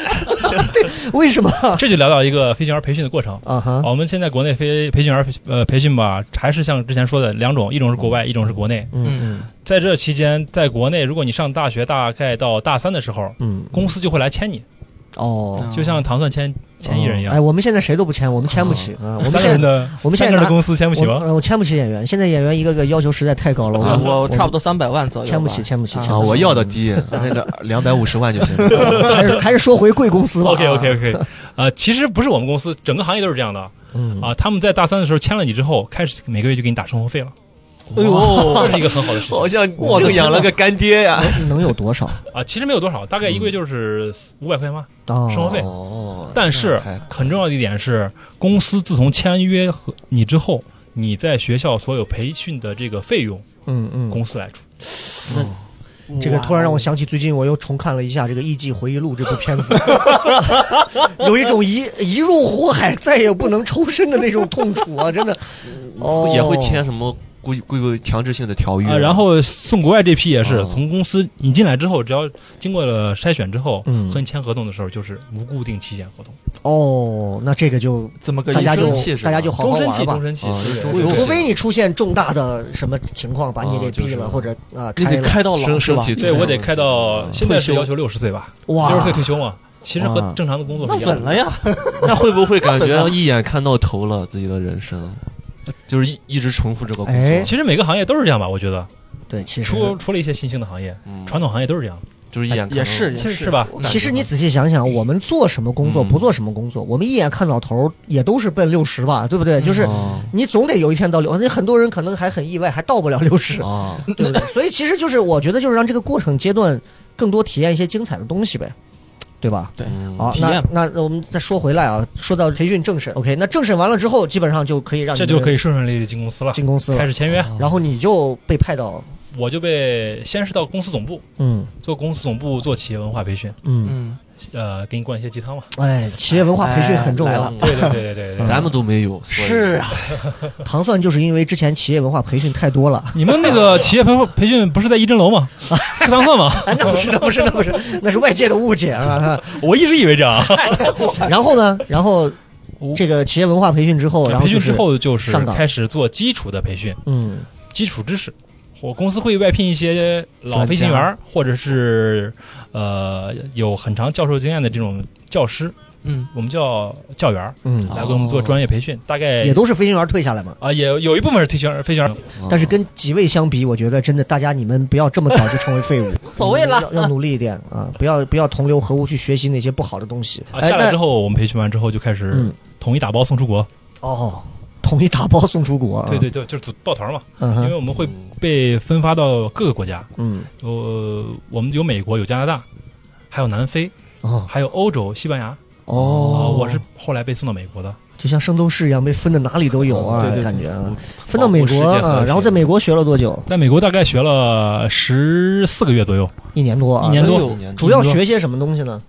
为什么？
这就聊到一个飞行员培训的过程。
嗯啊哈，
我们现在国内飞培训员呃培训吧，还是像之前说的两种，一种是国外，一种是国内。
嗯
在这期间，在国内，如果你上大学大概到大三的时候，
嗯嗯，
公司就会来签你，
哦，
就像糖蒜签签嗯艺人一样
哎，。我们现在谁都不签，我们签不起啊，我们
三
现
个
在
人的
我们现在
三个人
拿
的公司签不起吗？
我我签不起演员，现在演员一个个要求实在太高了，
啊我差不
多
多三百万左右吧，
签不起，签不起，
啊
签
啊，
不起嗯
我要的 低，那个两百五十万就行。
还是还是说回贵公司吧。
OK OK OK，呃，其实不是我们公司，整个行业都是这样的
嗯
啊。他们在大三的时候签了你之后，开始每个月就给你打生活费了，
哎
这
呦，
是一个很好的事情
像我都养了个干爹呀。
嗯能有多少
啊。其实没有多少，大概一个月就是五百块钱吧。
啊？
生活费
哦，
但是
那还
很重要的一点是，公司自从签约和你之后，你在学校所有培训的这个费用，
嗯嗯，
公司来出。啊
这个突然让我想起最近我又重看了一下这个《艺伎回忆录》这部片子， 有一种一一入火海再也不能抽身的那种痛楚啊！真的，哦，
也会签什么规规规强制性的条约
啊，然后送国外这批也是
哦
从公司你进来之后，只要经过了筛选之后，
嗯
和你签合同的时候就是无固定期限合同，
哦，那这个就
怎么个
大家就
终身期是
大
吧
家就好好
终
玩
身期，
吧
终。身期
啊，
对
终
对
身期
除非你出现重大的什么情况把你给毙了，
啊就是
或者啊
你
开
得
了，
开到老
生
是
生
吧
体？
对我得开到现在是
退休
要求六十岁吧，
哇，
六十岁退休嘛，其实和
哇
正常的工作
那
是一样
稳
的。
了呀，
那会不会 感觉一眼看到头了自己的人生，就是一一直重复这个工
哎
作，
其实每个行业都是这样吧，我觉得，
对，其实
除除了一些新兴的行业，
嗯
传统行业都是这样，
就是一眼看
哎
到
也是也
其实是吧？
其实
啊
你仔细想想，我们做什么工作，
嗯
不做什么工作，我们一眼看到头儿也都是奔六十吧，对不对？就是
哦
你总得有一天到六，那很多人可能还很意外，还到不了六十，
哦，
对不对？所以其实就是我觉得就是让这个过程阶段更多体验一些精彩的东西呗，对吧？
对，
嗯
啊，
体
那
验
那我们再说回来啊，说到培训政审，OK，那政审完了之后，基本上就可以让你
这就可
以
以顺顺利利进公司了，
进公司
开
了，嗯
始签约。
然后你就被派到，
我就被先是到公司总部
嗯
做公司总部做企业文化培训，
嗯，
嗯，
呃，给你灌一些鸡 汤嘛。
哎，企业文化培训很重
哎
要
来了，
对对对对对对，
嗯咱们都没有，所以
是啊，
糖蒜就是因为之前企业文化培训太多了。
你们那 个企业培培训不是在一真楼吗？课堂课吗？
啊，那不是，那不是，那不是，那是外界的误解啊。
我一直以为这样。
然后呢，然后
我
这个企业文化培训之后，然后
培
就
训
是
之后就是
上岗
开始做基础的培训，
嗯，
基础知识。我公司会外聘一些老飞行员儿，或者是呃有很长教授经验的这种教师，
嗯，
我们叫教员儿，
嗯，
来给我们做专业培训。大概
也都是飞行员退下来嘛。
啊，也有有一部分是退休飞行员儿，
嗯哦
但是跟几位相比，我觉得真的大家你们不要这么早就成为废物，
无所谓了
要，要努力一点啊！不要不要同流合污去学习那些不好的东西。
啊，
哎，
下来之
那
后，我们培训完之后就开始
嗯
统一打包送出国。
哦，统一打包送出国啊，
对对对，就是组抱团嘛，
嗯
因为
哼，
我们会被分发到各个国家。
嗯
呃，我们有美国，有加拿大，还有南非，
哦
还有欧洲、西班牙。啊
哦，
我是后来被送到美国的。
就像圣斗士一样被分的哪里都有
哦
啊，感觉啊，分到
保护
美
世
国
界和
啊，
平
然后在美国学了多久？
在美国大概学了十四个月左右，
一年多啊，
一年多
哎呦
主要学些什么东西呢？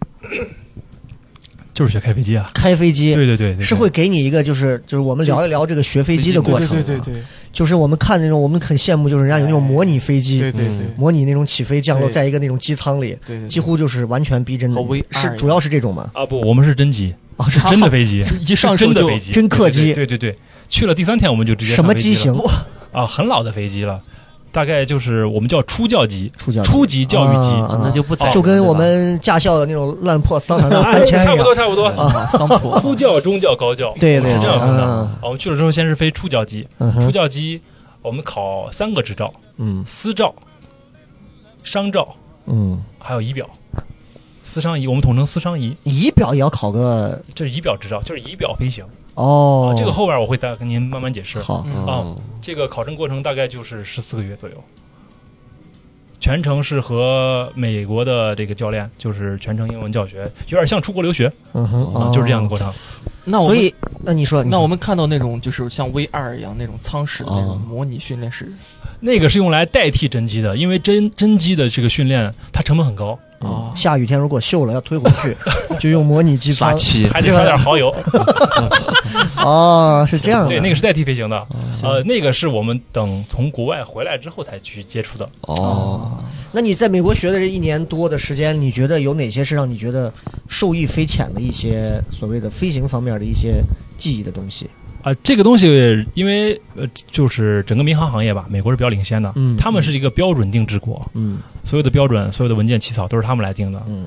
就是学开飞机啊。
开飞机，
对对对对，
是会给你一个就是就是我们聊一聊这个学飞机的过程、啊，
对对对对
就是我们看那种我们很羡慕，就是人家有那种模拟飞机，
对对对
嗯
对
模拟那种起飞降落，
对
在一个那种机舱里，
对对，
几乎就是完全逼真的
和 VR，
是主要是这种嘛，
啊，不，我们是真机，
啊
是真的 飞机，
一上
是
手
真的
就
飞机，
真客机
对对对对对去了第三天我们就直接
什么
上飞
机
机
型
了啊？很老的飞机了，大概就是我们叫初教机、
初教
初级教育机，
啊
那就
哦
不宰
就跟
了
我们驾校的那种烂破桑塔纳
哎
三千
差
一
不
样
多，差不多。
啊，桑 普
初教、中教、高教，
对对
是这
对，
样分的。啊
啊，
我们去了之后，先是飞初教机，
嗯
初
哼，
教机我们考三个执照：
嗯
私照、商照，
嗯，
还有仪表。私商仪，我们统称私商仪，
仪表也要考个
这是仪表执照，就是仪表飞行。
哦
啊，，这个后边我会再跟您慢慢解释。
好，
嗯
哦
啊，这个考证过程大概就是十四个月左右，全程是和美国的这个教练，就是全程英文教学，有点像出国留学
嗯哼，
啊，
哦
就是这样的。过程。
那我
所
们
以，那你说，你
那
说
我们看到那种就是像 V 二一样那种舱室的那
哦
种模拟训练室
那个是用来代替真机的，因为真真机的这个训练它成本很 高，
啊，
下雨天如果锈了要推回去，就用模拟机
刷
舱。
漆，
还得刷点蚝 油。
哦，是这样的。
对，那个是代替飞行的，
行
呃，那个是我们等从国外回来之后才去接触的。
哦，
那你在美国学的这一年多的时间，你觉得有哪些是让你觉得受益匪浅的一些所谓的飞行方面的一些记忆的东西？
啊、这个东西因为呃，就是整个民航行业吧，美国是比较领先的，
嗯
他们是一个标准定制国，
嗯
所有的标准、所有的文件起草都是他们来定的，
嗯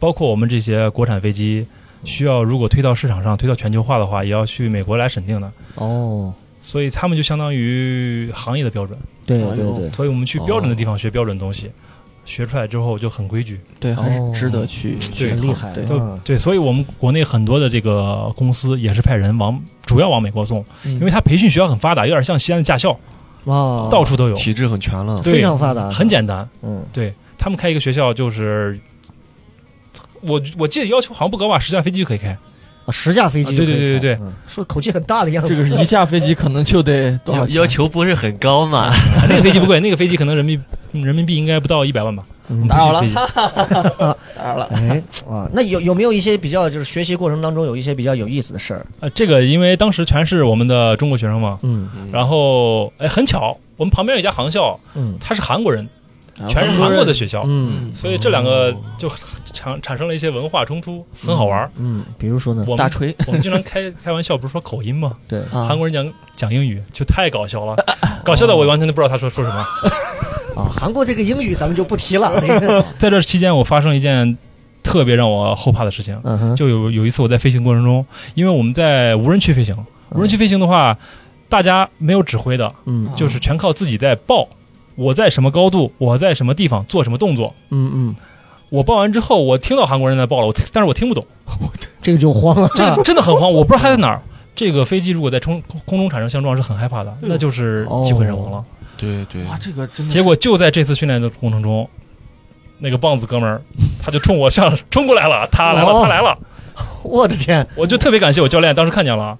包括我们这些国产飞机，需要如果推到市场上、推到全球化的话，也要去美国来审定的。
哦，
所以他们就相当于行业的标准，
对
哎呦
对对，
所以我们去标准的地方学标准东西，学出来之后就很规矩。
对，还
哦
是值得去去
很
看
厉害
对，
都
啊
对，所以我们国内很多的这个公司也是派人往主要往美国送，
因
因为它培训学校很发达，有点像西安的驾校，
哇，
到处都有，
体制很全了，
对
非常发达，
很简单。
嗯
对他们开一个学校就是。我我记得要求好像不高吧，十架飞机就可以开，
啊十架飞机
啊
就可
对
以开、
对对对
嗯说口气很大的样子。
这个一架飞机可能就得多少
要
钱
要求不是很高嘛，
那个飞机不贵，那个飞机可能人民人民币应该不到一百万吧。
嗯
打扰了
飞机，
打扰了。
哎啊， 那有有没有一些比较就是学习过程当中有一些比较有意思的事儿？
呃，这个因为当时全是我们的中国学生嘛，
嗯
然后哎，很巧，我们旁边有一家航校，
嗯
他是韩国人，
啊
全是韩国的学校，
嗯
所以这两个就产产生了一些文化冲突，很好玩儿。
嗯，比如说呢？
我
大
们
锤
我们经常开开玩笑，不是说口音吗？
对，
啊
嗯韩国人讲讲英语就太搞笑了，搞笑的我完全都不知道他说说什么。
啊，韩国这个英语咱们就不提 了。这个
在这期间，我发生一件特别让我后怕的事情，
嗯哼，
就有有一次我在飞行过程中，因为我们在无人区飞行，无人区飞行的话，大家没有指挥的，
嗯
就是全靠自己在报，我在什么高度，我在什么地方做什么动作。
嗯嗯，
我报完之后，我听到韩国人在报了，我听但是我听不懂，
这个就慌了。
这个真的很慌，我不知道他在哪儿。这个飞机如果在空空中产生相撞是很害怕的，那就是机毁人亡了。
对对
哇，这个真的是
结果就在这次训练的过程中，那个棒子哥们儿他就冲我向冲过来了，他来了，
哦
他来了，
我的天，
我就特别感谢我教练，当时看见了，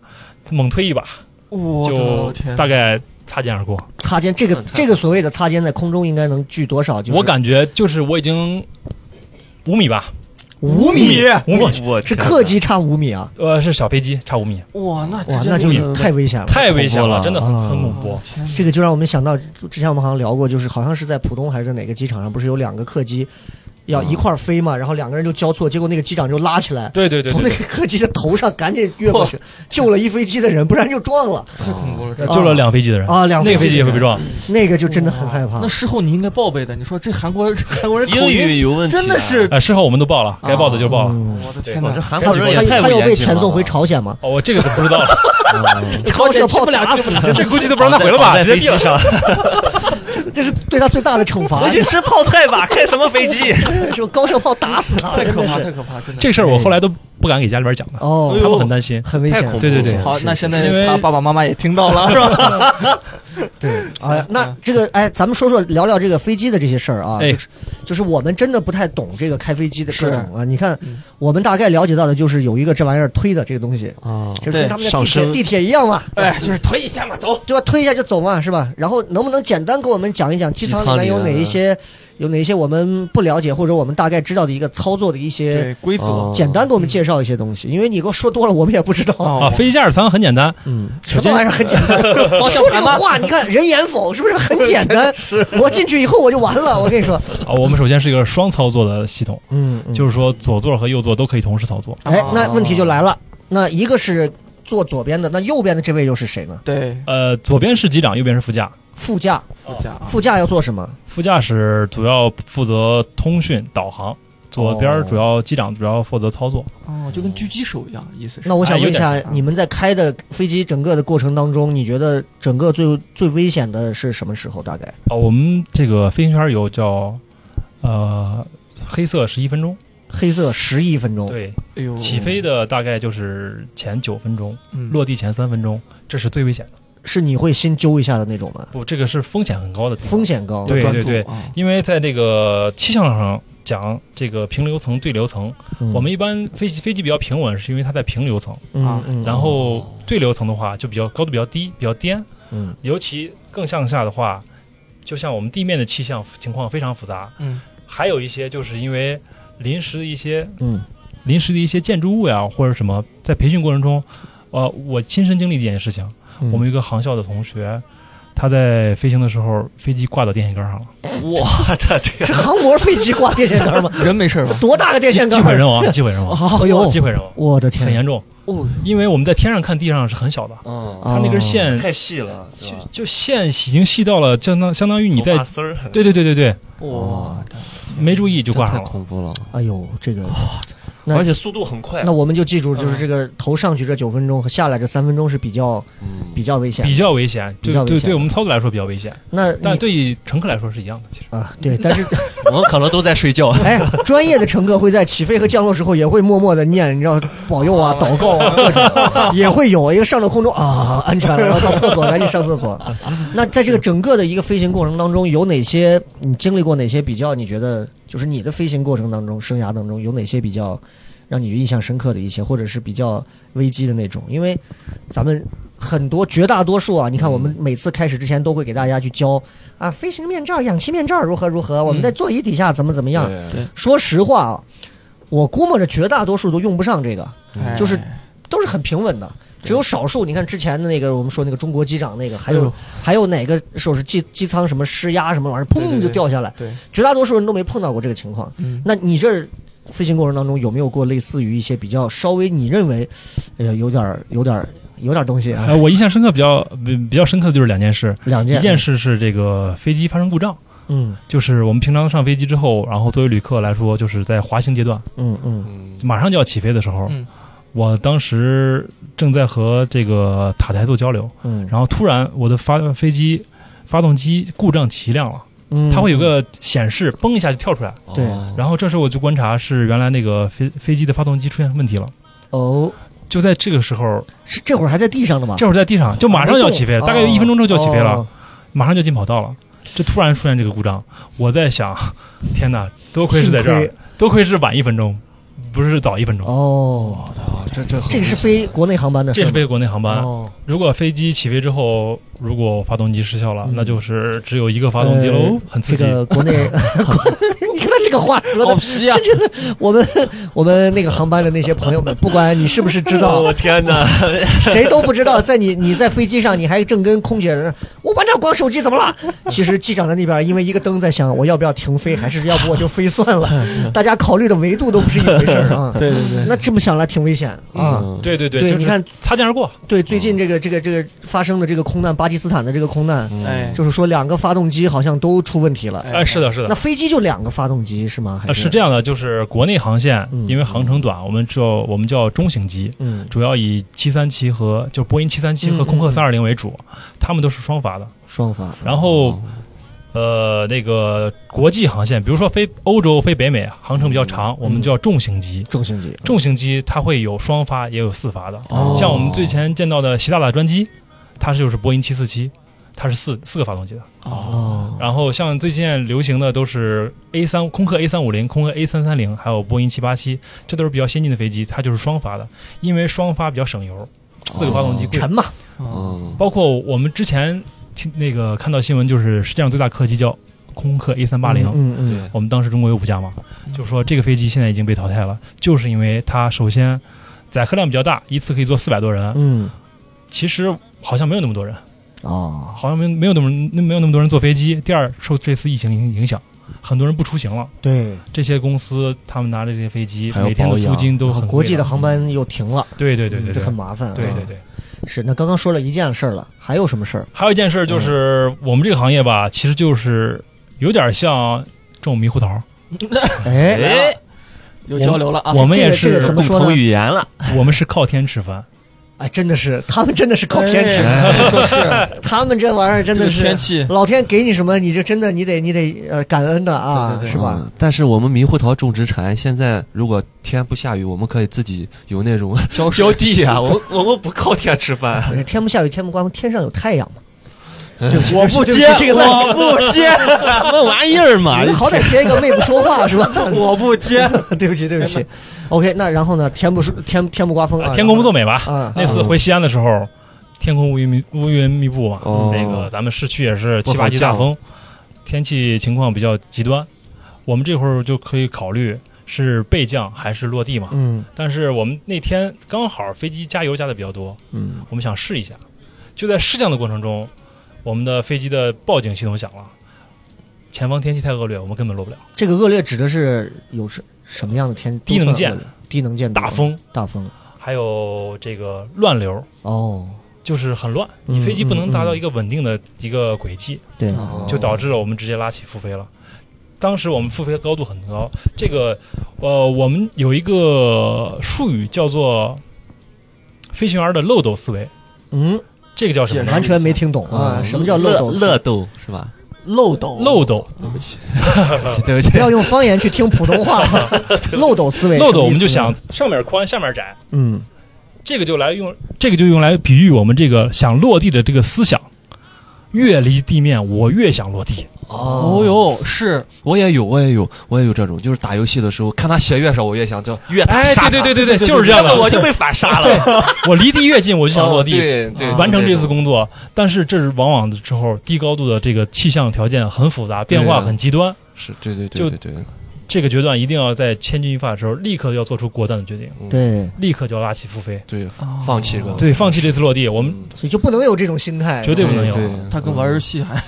猛推一把，
我
就
的天，
大概擦肩而过。
擦肩，这个这个所谓的擦肩，在空中应该能距多少？就是
嗯我感觉就是我已经五米吧，
五米，
五米
我
我
是
天哪
客机差五米啊！
呃，是小飞机，差五米，
哇，那
哇，
直接
那就
五米
是太危险了。
太危险了，
恐怖了
真的很
啊
很恐怖
哇。天哪
这个就让我们想到，之前我们好像聊过，就是好像是在浦东还是在哪个机场上，不是有两个客机要一块儿飞嘛，然后两个人就交错，结果那个机长就拉起来，
对对对
从
对
那
对，
个客机的头上赶紧越过去，救了一飞机的人，不然就撞了。
太恐怖了，这
救了呃两飞机的人
啊两
那个
飞机
飞机也会被撞，
那个就真的很害怕
那。事后你应该报备的。你说这韩国韩国人口
英
音
语有问题啊，哦
真的是，
啊，事后我们都报了，该报的就报了。
嗯
我的
对
天
我这
哪！
韩国人
他
也太
他
不
要被
严谨
遣
了啊
送
吧
回朝鲜吗？
哦，我这个都不知道了，
高射炮打死你，真
这
的，
估计都不让他回了吧？
在
直
飞
接毙了
机上，
这是对他最大的惩罚
回。去吃泡菜吧，开什么飞 机？
说高射炮打死他，
太
真
可
的
怕，太
是
可怕，真的。
这个事儿我后来都不敢给家里边讲的，
哦，
他们很担心。
很危
太
险
恐。怖
对对对
了
好，那现在
因为
他爸爸妈妈也听到了，是 吧？
对，哎，那这个哎，咱们说说聊聊这个飞机的这些事儿啊，
哎
就是就是我们真的不太懂这个开飞机的各
是
种啊。你看
嗯，
我们大概了解到的就是有一个这玩意儿推的这个东西，
啊，
就是跟他们的
上
地铁
升
地铁一样嘛，
哎，就是推一下嘛，走。
对吧？推一下就走嘛，是吧？然后能不能简单给我们讲一讲机舱
机舱
里面
里
有哪
面
一些有哪一些我们不了解或者我们大概知道的一个操作的一些
对，规则
哦
简单给我们介绍一些东西，因为你给我说多了我们也不知道。
啊，飞机驾驶舱很简单，
哦嗯，
首
什么
先
玩意儿很简单？
方向
说这
盘
个
吗
话，你看人言否是不是很简单？我进去以后我就完了，我跟你说。
啊，我们首先是一个双操作的系统，
嗯，嗯
就是说左座和右座都可以同时操作。
哎，那
哦
问题就来了，那一个是坐左边的，那右边的这位又是谁呢？
对
呃，左边是机长，右边是副驾。
副驾，
副驾啊
副驾要做什么？
副驾驶主要负责通讯导航，左边主要机长主要负责操作。
哦，就跟狙击手一样，意思是
那我想问一下
啊
哎有点，
你们在开的飞机整个的过程当中，你觉得整个最最危险的是什么时候？大概？
啊，我们这个飞行圈有叫呃黑色十一分钟，
黑色十一分钟，
对，
哎呦，
起飞的大概就是前九分钟，
嗯
落地前三分钟，这是最危险的。
是你会心揪一下的那种吗？
哦不，这个是风险很高的地方
风，险高，
对
专注
对
啊
因为在这个气象上讲，这个平流层、对流层，
嗯
我们一般飞机飞机比较平稳，是因为它在平流层，
嗯
啊
嗯，
然后对流层的话就比较高度比较低，比较颠。
嗯
尤其更向下的话，就像我们地面的气象情况非常复杂，
嗯，
还有一些就是因为临时的一些
嗯
临时的一些建筑物呀或者什么，在培训过程中，呃，我亲身经历这件事情，
嗯，
我们有一个航校的同学。他在飞行的时候，飞机挂到电线杆 上了，
哇，这这
是航模飞机挂电线杆吗？
人没事吧？
多大个电线
机
杆？
会人 亡，机会人亡，
哦
哦
哎呦
机，会人亡，
我的
啊很
天！
严重。
哦，
因为我们在天上看地上是很小的，
嗯，
它那根线
太细了，是
就
吧？
就线已经细到了，相当相当于你在
头发丝儿，
对对对对对，
哇，
没注意就挂
太
上了。
恐怖了，
哦，哎呦，这个那
而且速度很快
那，我们就记住，
嗯
就是这个头上去这九分钟和下来这三分钟是比较
嗯
比较危险
比。较危险，
比
对
较危
对
险
对，我们操作来说比较危险，
那
但
你
对于乘客来说是一样的。其实
啊，对，但 是。
我们可能都在 睡觉
哎，专业的乘客会在起飞和降落时候也会默默的念，你知道保佑啊、祷告啊，各种也会有一个上了空中啊，安全了，然后到厕所赶紧上厕所。那在这个整个的一个飞行过程当中，有哪些你经历过哪些比较？你觉得就是你的飞行过程当中、生涯当中有哪些比较让你印象深刻的一些，或者是比较危机的那种？因为咱们。很多绝大多数啊，你看我们每次开始之前都会给大家去教啊，飞行面罩、氧气面罩如何如何，我们在座椅底下怎么怎么 样。说实话啊，我估摸着绝大多数都用不上这个，
嗯
哎
就是都是很平稳的，只有少数。你看之前的那个，我们说那个中国机长那个，还有、
哎呦
还有哪个时候是机机舱什么施压什么玩意儿，
对
砰
对
就掉下来，
对，
绝大多数人都没碰到过这个情况。
嗯，
那你这儿飞行过程当中有没有过类似于一些比较稍微你认为，哎呀有点儿有点儿有点儿东西啊？
呃，我印象深刻比较比比较深刻的就是两件事，
两件，
一件，事是这个飞机发生故障，
嗯
就是我们平常上飞机之后，然后作为旅客来说，就是在滑行阶段，
嗯嗯，
嗯，
马上就要起飞的时候
嗯，
我当时正在和这个塔台做交流，
嗯，
然后突然我的发飞机发动机故障齐亮了，
嗯
它会有个显示，嘣一下就跳出来，
对
哦
然后这时候我就观察是原来那个飞飞机的发动机出现问题了。
哦，
就在这个时候，
是这会儿还在地上呢吧？
这会儿在地上，就马上就要起飞，
哦
大概有一分钟之后就要起飞了，
啊哦
马上就进跑道了。这突然出现这个故障，我在想， 天哪，多亏是在这
幸
儿
亏，
多亏是晚一分钟，不是早一分钟。
哦，
啊，这这
这个是飞国内航班的事
这
吗，
是飞国内航班。
哦，
如果飞机起飞之后，如果发动机失效了，
嗯
那就是只有一个发动机喽，
呃
很刺激。 哦
这个国内，你看他这个话说
好
的，
皮呀、
真的，我们我们那个航班的那些朋友们，不管你是不是知
哦
道，
啊
我天哪！
谁都不知道，在你你在飞机上，你还正跟空姐儿，我班长光手机怎么 了？其实机长在那边，因为一个灯在响，我要不要停飞，还是要不我就飞算 了？大家考虑的维度都不是一回事儿啊。
对对对，
那这么想来挺危险啊。
嗯
对对对，
对
就是
你看
擦肩而过，
对，最
嗯
近这个这个这个发生的这个空难，巴基斯坦的这个空难，
哎
就是说两个发动机好像都出问题了。
哎，是的，是的
那。飞机就两个发动机是吗？还
呃，是这
样。
样的，就是国内航线
嗯，
因为航程短，我们只有我们叫中型机，
嗯，
主要以七三七和就是波音七三七和空客三二零为主，他们都是双发的。
双发。
然后，呃，那个国际航线，比如说飞欧洲、飞北美，航程比较长，我们叫重型机。
重型机，
重型机它会有双发，也有四发的。
哦
像我们最前见到的习大大专机，它就是波音七四七，它是四四个发动机的。
哦，
然后像最近流行的都是 A 三空客 A 三五零、空客 A 三三零，还有波音七八七，这都是比较先进的飞机，它就是双发的，因为双发比较省油，四个发动机
哦
贵。
沉嘛，
嗯
包括我们之前听那个看到新闻，就是世界上最大客机叫空客 A 三八零，
嗯嗯，
对
我们当时中国有补价嘛，
嗯
就说这个飞机现在已经被淘汰了，就是因为它首先载客量比较大，一次可以坐四百多人，
嗯，
其实好像没有那么多人。
哦，
好像没没有那么没有那么多人坐飞机。第二，受这次疫情影影响，很多人不出行了。
对，
这些公司他们拿着这些飞机，
还有
每天的
保养
租金都
然后
很贵
国际的航班又停了，
对对对对
这
对
很，麻烦啊。
对对对。
是。那刚刚说了一件事儿了，还有什么事儿？
还有一件事就是，我们这个行业吧，其实就是有点像种猕猴桃。
哎，
哎，有交流了啊！
嗯我们
这
也
个这个怎
是，
么
共
说
同
呢？
语言了，
我们是靠天吃饭。
哎，真的是，他们真的是靠天吃，
哎没错是
他们这玩意儿真
这
的
个
是
天气，
老天给你什么，你就真的你得你得呃感恩的啊，
对对对
是吧？
嗯？但是我们猕猴桃种植产，现在如果天不下雨，我们可以自己有那 种
浇水
浇地啊，我我们不靠天吃饭。
不是天不下雨天不刮风，天上有太阳嘛。
嗯我不接，
这个
我不接，
什么玩意儿嘛
你们好歹接一个妹不说话是吧？
我不接。
对不起，对不起。OK，那然后呢？天不说天天不刮风啊，
呃天公不作美吧？
啊，
那次回西安的时候，天空乌云密乌云密布嘛，
哦
那个咱们市区也是
不
七
好
八级大
降
风，天气情况比较极端，我们这会儿就可以考虑是备降还是落地嘛。
嗯
但是我们那天刚好飞机加油加的比较多，
嗯，
我们想试一下，就在试降的过程中，我们的飞机的报警系统响了，前方天气太恶劣，我们根本落不了，
这个恶劣指的是有什什么样的天？
低能见
都算恶劣，低能见度
大，风
大风
还有这个乱流。
哦，
就是很乱，
嗯
你飞机不能达
嗯
到
嗯
一个稳定的一个轨迹，
对，
嗯
哦就导致了我们直接拉起复飞了。当时我们复飞的高度很高，这个呃，我们有一个术语叫做飞行员的漏斗思维，
嗯，
这个叫什么呢
完？全没听懂
嗯
啊，什么叫漏
乐
斗？
乐斗是吧？
漏斗，
漏斗，
对不起，
啊
对不起
不，要用方言去听普通话，啊 漏斗思维，
漏
什
斗
么意思呢
我们就想，上面宽，下面窄，
嗯，
这个就来用这个就用来比喻我们这个想落地的这个思想，越离地面我越想落 地。
哦
哦，
哟，是
我也有，我也有，我也有这种，就是打游戏的时候，看他血越少，我越想叫越他
哎，
杀他。
对对对对对，就是这 样的。
我 就被反杀了。
啊我离地越近，我就想
哦
落地。
哦
啊
对对，
完成这次
工。
工作，但是这是往往的时候，低高度的这个气象条件很复杂，变化很极端，
是，对对对对对，
这个决断一定要在千钧一发的时候立刻要做出果断的决定，
对，
立刻就要拉起复飞，
对，放弃
哦
这个。
对，放弃这次落地，我们
嗯，
所以就不能有这种心态，啊
绝对不能有
对，
他跟玩游戏还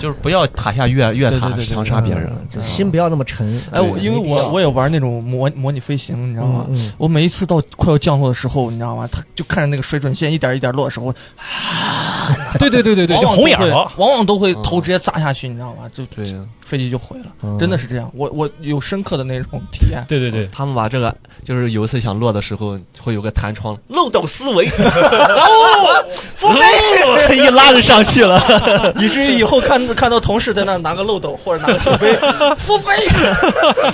就是不要塔下越越塔长杀别人。
嗯就心不要那么沉。
哎，我
对
因为
没必要
我我也玩那种模模拟飞行，你知道吗？
嗯嗯
我每一次到快要降落的时候，你知道吗？他就看着那个水准线一点一点落的时候，
对对对对对，
往
就
往
红眼
都会
了，
往往都会头直接砸下去，你知道吗？就
嗯对，
飞机就毁了，
嗯
真的是这样。我我有深刻的那种体验。
对对
哦
对，
他们把这个就是有一次想落的时候，会有个弹窗 漏斗思 维，
哦
一拉就上去了。
以至于以后看看到同事在那拿个漏斗或者拿个 酒杯复飞，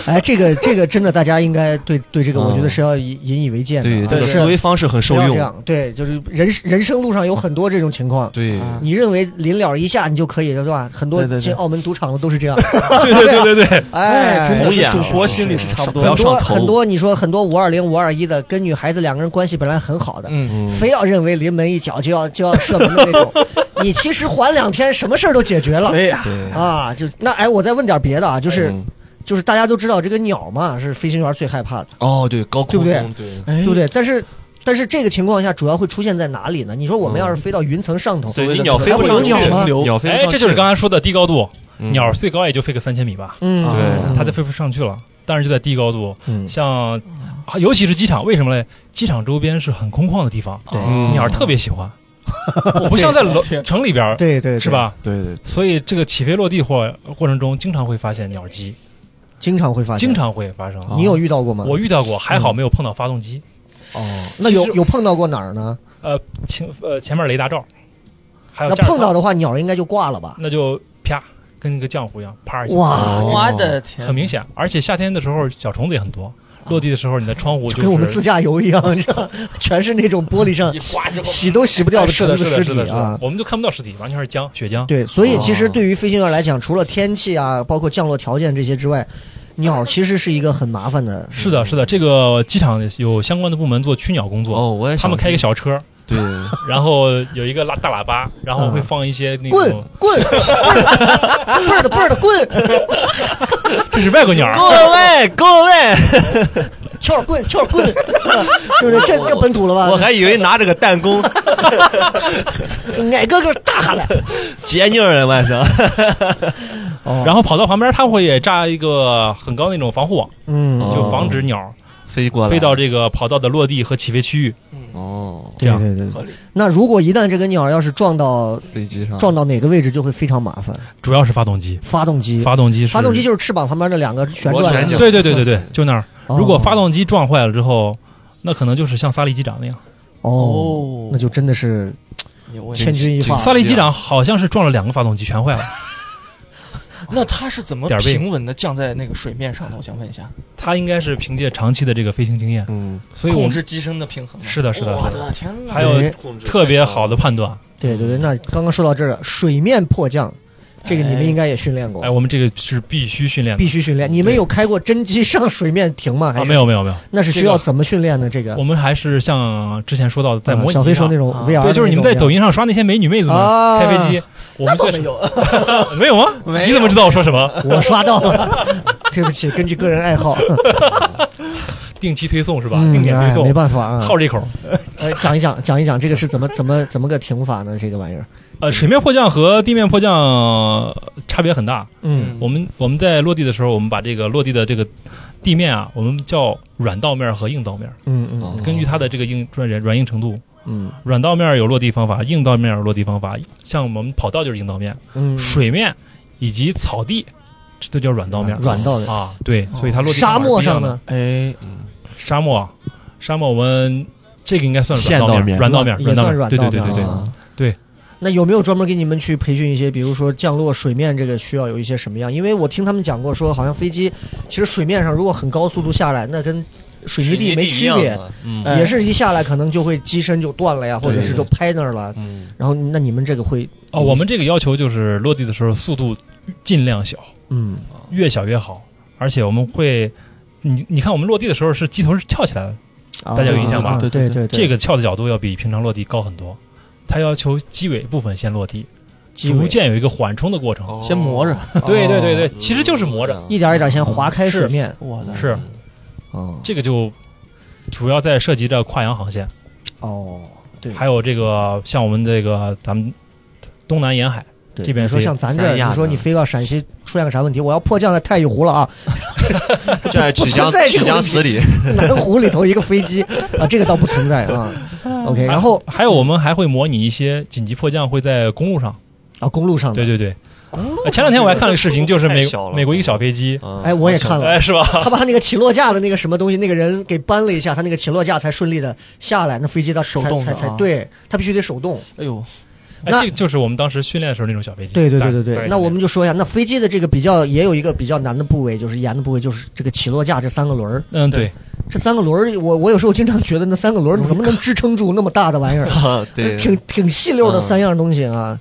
哎，这个这个真的，大家应该对对这个，
嗯
我觉得是要引引以为戒的啊。
对这
就
个
是
思维方式很受
不要这
用。
样，对，就是人人生路上有很多这种情况。
对，
你认为临了一下你就可以了，对吧？很多
对对对
进澳门赌场的都是 这样。
对对对对对，
哎，
真的
红眼
是
了
赌博心理是差不
不
多
要
很
的。
多
上头
很多，你说很多五二零、五二一的，跟女孩子两个人关系本来很好的，
嗯，
嗯，
非要认为临门一脚就要就要射门的那 种，你其实缓两天，什么事儿都解决了
哎呀，
对，
啊！就那哎，我再问点别的啊，就是
嗯
就是大家都知道这个鸟嘛是飞行员最害怕的，
哦，对，高空
对
中
不
对
哎
对不对？但是但是这个情况下主要会出现在哪里呢？你说我们要是飞到云层上头，
嗯所以
所谓
你
的
鸟飞不上去
还会有鸟吗，
鸟飞不上
哎，
去，
这就是刚才说的低高度，
嗯
鸟最高也就飞个三千米吧，
嗯，
对
嗯
它都飞不上去了。但是就在低高度，
嗯
像啊尤其是机场，为什么嘞？机场周边是很空旷的地方，
对
嗯
鸟儿特别 喜欢，不像在楼
天
城里边儿
对对，
是吧？
对对，
所以这个起飞落地或过程中，经常会发现鸟击，
对？经常会发现，
经。常会发生。
你有遇到过吗？嗯
我遇到过，还好没有碰到发动机，
哦，那有
其实
有碰到过哪儿呢？
前呃前面雷达罩，还有
那
驾驶
碰到
舱
的话，鸟应该就挂了吧？
那就啪，跟一个浆糊一样，啪一下，
哇，
我的天，
哦很明显。而且夏天的时候小虫子也很多，落地的时候你的窗户
啊就
就
跟我们
是
自驾游一样，你知道， 全是那种玻璃上
一刮就
洗都洗不掉
哎
的
是
虫
的，
子
是
尸
的，是
体
的，是的
啊。
我们就看不到尸体，完全是浆血浆。
对，所以其实
哦
对于飞行员来讲，除了天气啊，包括降落条件这些之外，鸟其实是一个很麻烦的。
是的，是的，这个机场有相关的部门做驱鸟工作，
哦，我也
他们
想
开一个小车，
对，
然后有一个拉大喇叭，然后
嗯
会放一些那
棍
种，
棍， 倍儿的倍儿的棍，
这是外国鸟儿，
各位各位，
撬棍撬棍， 对不对？这这本土了吧？
我还以为拿着个弹 弓
矮哥哥大喊来，
接劲儿呢，我是。
然后跑到旁边，它会炸一个很高那种防护网，
嗯，
哦
就防止鸟儿
飞过来，
飞到这个跑道的落地和起飞区域。
哦，
对对对
合理
对。那如果一旦这个鸟要是撞
嗯
到
飞机上
撞到哪个位置，就会非常麻烦。
主要是发动机，
发动机，
发动机是
发动机就是翅膀旁边的两个旋
螺
转
旋
的。
对对对对对，就那儿。
哦
如果发动机撞坏了之后，那可能就是像萨利机长那样。
哦，
哦，
那就真的是
有问
千
题。
钧一发
啊。
萨利机长好像是撞了两个发动机，全坏了。
那他是怎么
点儿背
平稳的降在那个水面上的？我想问一下，
他应该是凭借长期的这个飞行经验，
嗯，
所以我
控
们
制机身的平衡吗。
是的是的
我
是的
的天哪！
还有
哎
特别好的判断。
对对对，那刚刚说到这儿了，水面迫降，这个你们应该也训练过
哎，，我们这个是必须训练的
必须训练。你们有开过真机上水面停吗？还
啊！
是
没有？没有没有，
那是需要怎么训练呢？这个
我们还是像之前说到的，在
啊
模拟
小飞
机
说
上
那种
啊
VR，
对，就是你们在抖
音
音上刷那些美女妹子们
啊
开飞 机，我们在
有，
没 有吗？
没有
你怎么知道我说什么？
我刷到了。 对不起，根据个人爱好，
定期推送是吧？
嗯，
定点推
哎，没
送，
办法啊。
好这口。
呃，讲一讲，讲一讲这个是怎么怎么怎么个停法呢？这个玩意儿，
呃，水面迫降和地面迫降呃差别很大。
嗯，
我们我们在落地的时候，我们把这个落地的这个地面啊，我们叫软道面和硬道面，
嗯嗯
根据它的这个硬软软硬程度，
嗯
软道面有落地方法，硬道面有落地方法。像我们跑道就是硬道面，
嗯，
水面以及草地，这都叫软道面。
软到的。
啊，对，所以它落地方
沙
法是
漠
不一样
上
的
呢，
哎，
沙漠，啊沙漠，我们这个应该算是软
线道
面，
面
软道面，
也
道
算
面，
软
对
道
对
面
对
啊。
对对。
那有没有专门给你们去培训一些，比如说降落水面这个需要有一些什么样？因为我听他们讲过说，好像飞机其实水面上如果很高速度下来，那跟水泥地没区别，
嗯
哎
也是一下来可能就会机身就断了呀，或者是就拍那儿了。
嗯，
然后那你们这个会
哦，我们这个要求就是落地的时候速度尽量小，
嗯
越小越好，而且我们会。你你看，我们落地的时候是机头是翘起来的，
啊
大家有印象吧
对对对，对
这个翘的角度要比平常落地高很多。它要求机尾部分先落地，
机尾哦
逐渐有一个缓冲的过程。
先磨着，
对对对对，哦其实就是磨着。
一点一点先划开
是
水面。
我的
是
哦
这个就主要在涉及着跨洋航线，
哦，对，
还有这个像我们这个咱们东南沿海，
对
这边
你说
飞
像咱这儿，
三亚
你说
的
你飞到陕西出现个啥问题，我要迫降在太乙湖了啊，
在曲江
不存在这
曲
个问
江
题
十里，
南湖里头一个飞机啊，这个倒不存在啊。OK，然后
还有我们还会模拟一些紧急迫降会在公路上。
啊，公路上的
对对对，呃前两天我还看了个视频，就是美
太小了
美国一个小飞机，
嗯
哎，我也看了
哎，，是吧？
他把他那个起落架的那个什么东西，那个人给搬了一下，他那个起落架才顺利的下来，那飞机到
手动
才
的
才才
啊
对，他必须得手动。
哎呦，
哎，
那
这个就是我们当时训练的时候那种小飞机。
对对对对
大概
对，那我们就说一下，那飞机的这个比较也有一个比较难的部位，就是严的部位，就是这个起落架这三个轮儿，
嗯对，
这三个轮儿，我我有时候经常觉得那三个轮儿怎么能支撑住那么大的玩意儿？
啊 对，
呃挺挺细溜的
嗯
三样东西啊。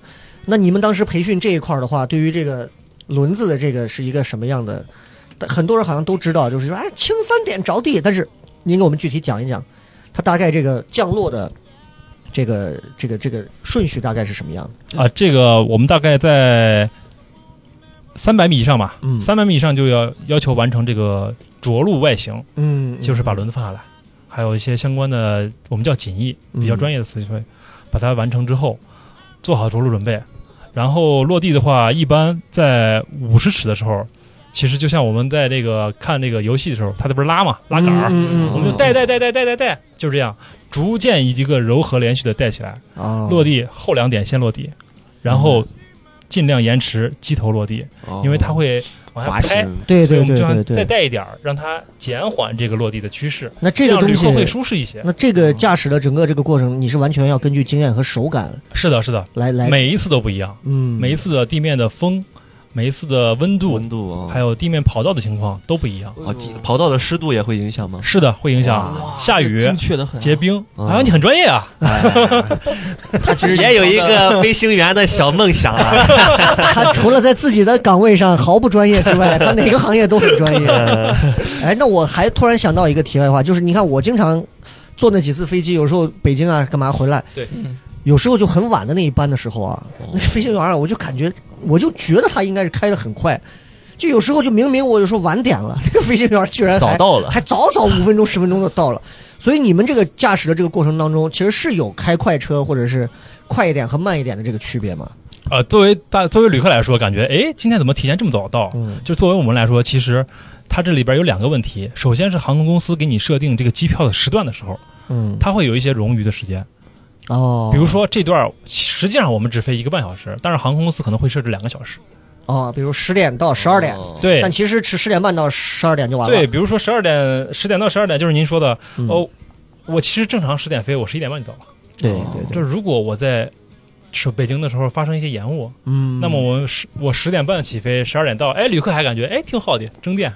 那你们当时培训这一块儿的话，对于这个轮子的这个是一个什么样的？但很多人好像都知道，就是说，哎，轻三点着地。但是您给我们具体讲一讲，它大概这个降落的这个这
啊
个这个顺序大概是什么样的？
啊，这个我们大概在三百米以上吧
嗯，
三百米以上就要要求完成这个着陆外形，
嗯，
就是把轮子放下来，还有一些相关的我们叫襟翼，比
嗯
较专业的词汇，把它完成之后，做好着陆准备，然后落地的话，一般在五十尺的时候，其实就像我们在这个看这个游戏的时候，它这不是拉嘛，拉杆儿，
嗯嗯嗯
我们就带带带带带带带，就是这样，逐渐一个柔和连续的带起来，
嗯
啊
落地后两点先落地，然后尽量延迟机头落地，
哦
因为它会往
嗯
下
滑
拍。
行，
对
所
对
以我们
对
就要
对对。
再带一点儿，让它减缓这个落地的趋势，
那这个
样
东
旅
西
客，会舒适一些。
那这个驾驶的整个这个过程，你是完全要根据经验和手感
是的，是的，
来来，
每一次都不一样。
嗯，
每一次的地面的风，每一次的温度，
温度啊，
还有地面跑道的情况都不一样。
哦，地跑道的湿度也会影响吗？
是的，会影响下雨
精、确的很啊，
结冰。
嗯
啊，你很专业啊！
它 其实
也有一 个飞行员的小梦想 啊。
他除了在自己的岗位上毫不专业之外，他哪个行业都很专业。哎，那我还突然想到一个题外话，就是你看我经常坐那几次飞机，有时候北京啊干嘛回来，
对
嗯，
有时候就很晚的那一班的时候啊，那飞行员啊，我就感觉我就觉得他应该是开的很快。就有时候就明明我有时候晚点了，这个飞行员居然还
早到了，
还早早五分钟十分钟就到了。所以你们这个驾驶的这个过程当中，其实是有开快车或者是快一点和慢一点的这个区别嘛？
呃，作为大作为旅客来说，感觉哎，今天怎么提前这么早到？
嗯
就作为我们来说，其实它这里边有两个问题。首先是航空公司给你设定这个机票的时段的时候，
嗯，
它会有一些冗余的时间。
哦，
比如说这段，实际上我们只飞一个半小时，但是航空公司可能会设置两个小时。
哦，比如十点到十二点，
对
但其实是十点半到十二点就完了。
哦对，，比如说十二点十点到十二点，就是您说的
嗯
哦。我其实正常十点飞，我十一点半就到了。
对对对，
就是如果我在是北京的时候发生一些延误，
嗯，
那么我十我十点半起飞，十二点到，哎，旅客还感觉哎挺好的，争电。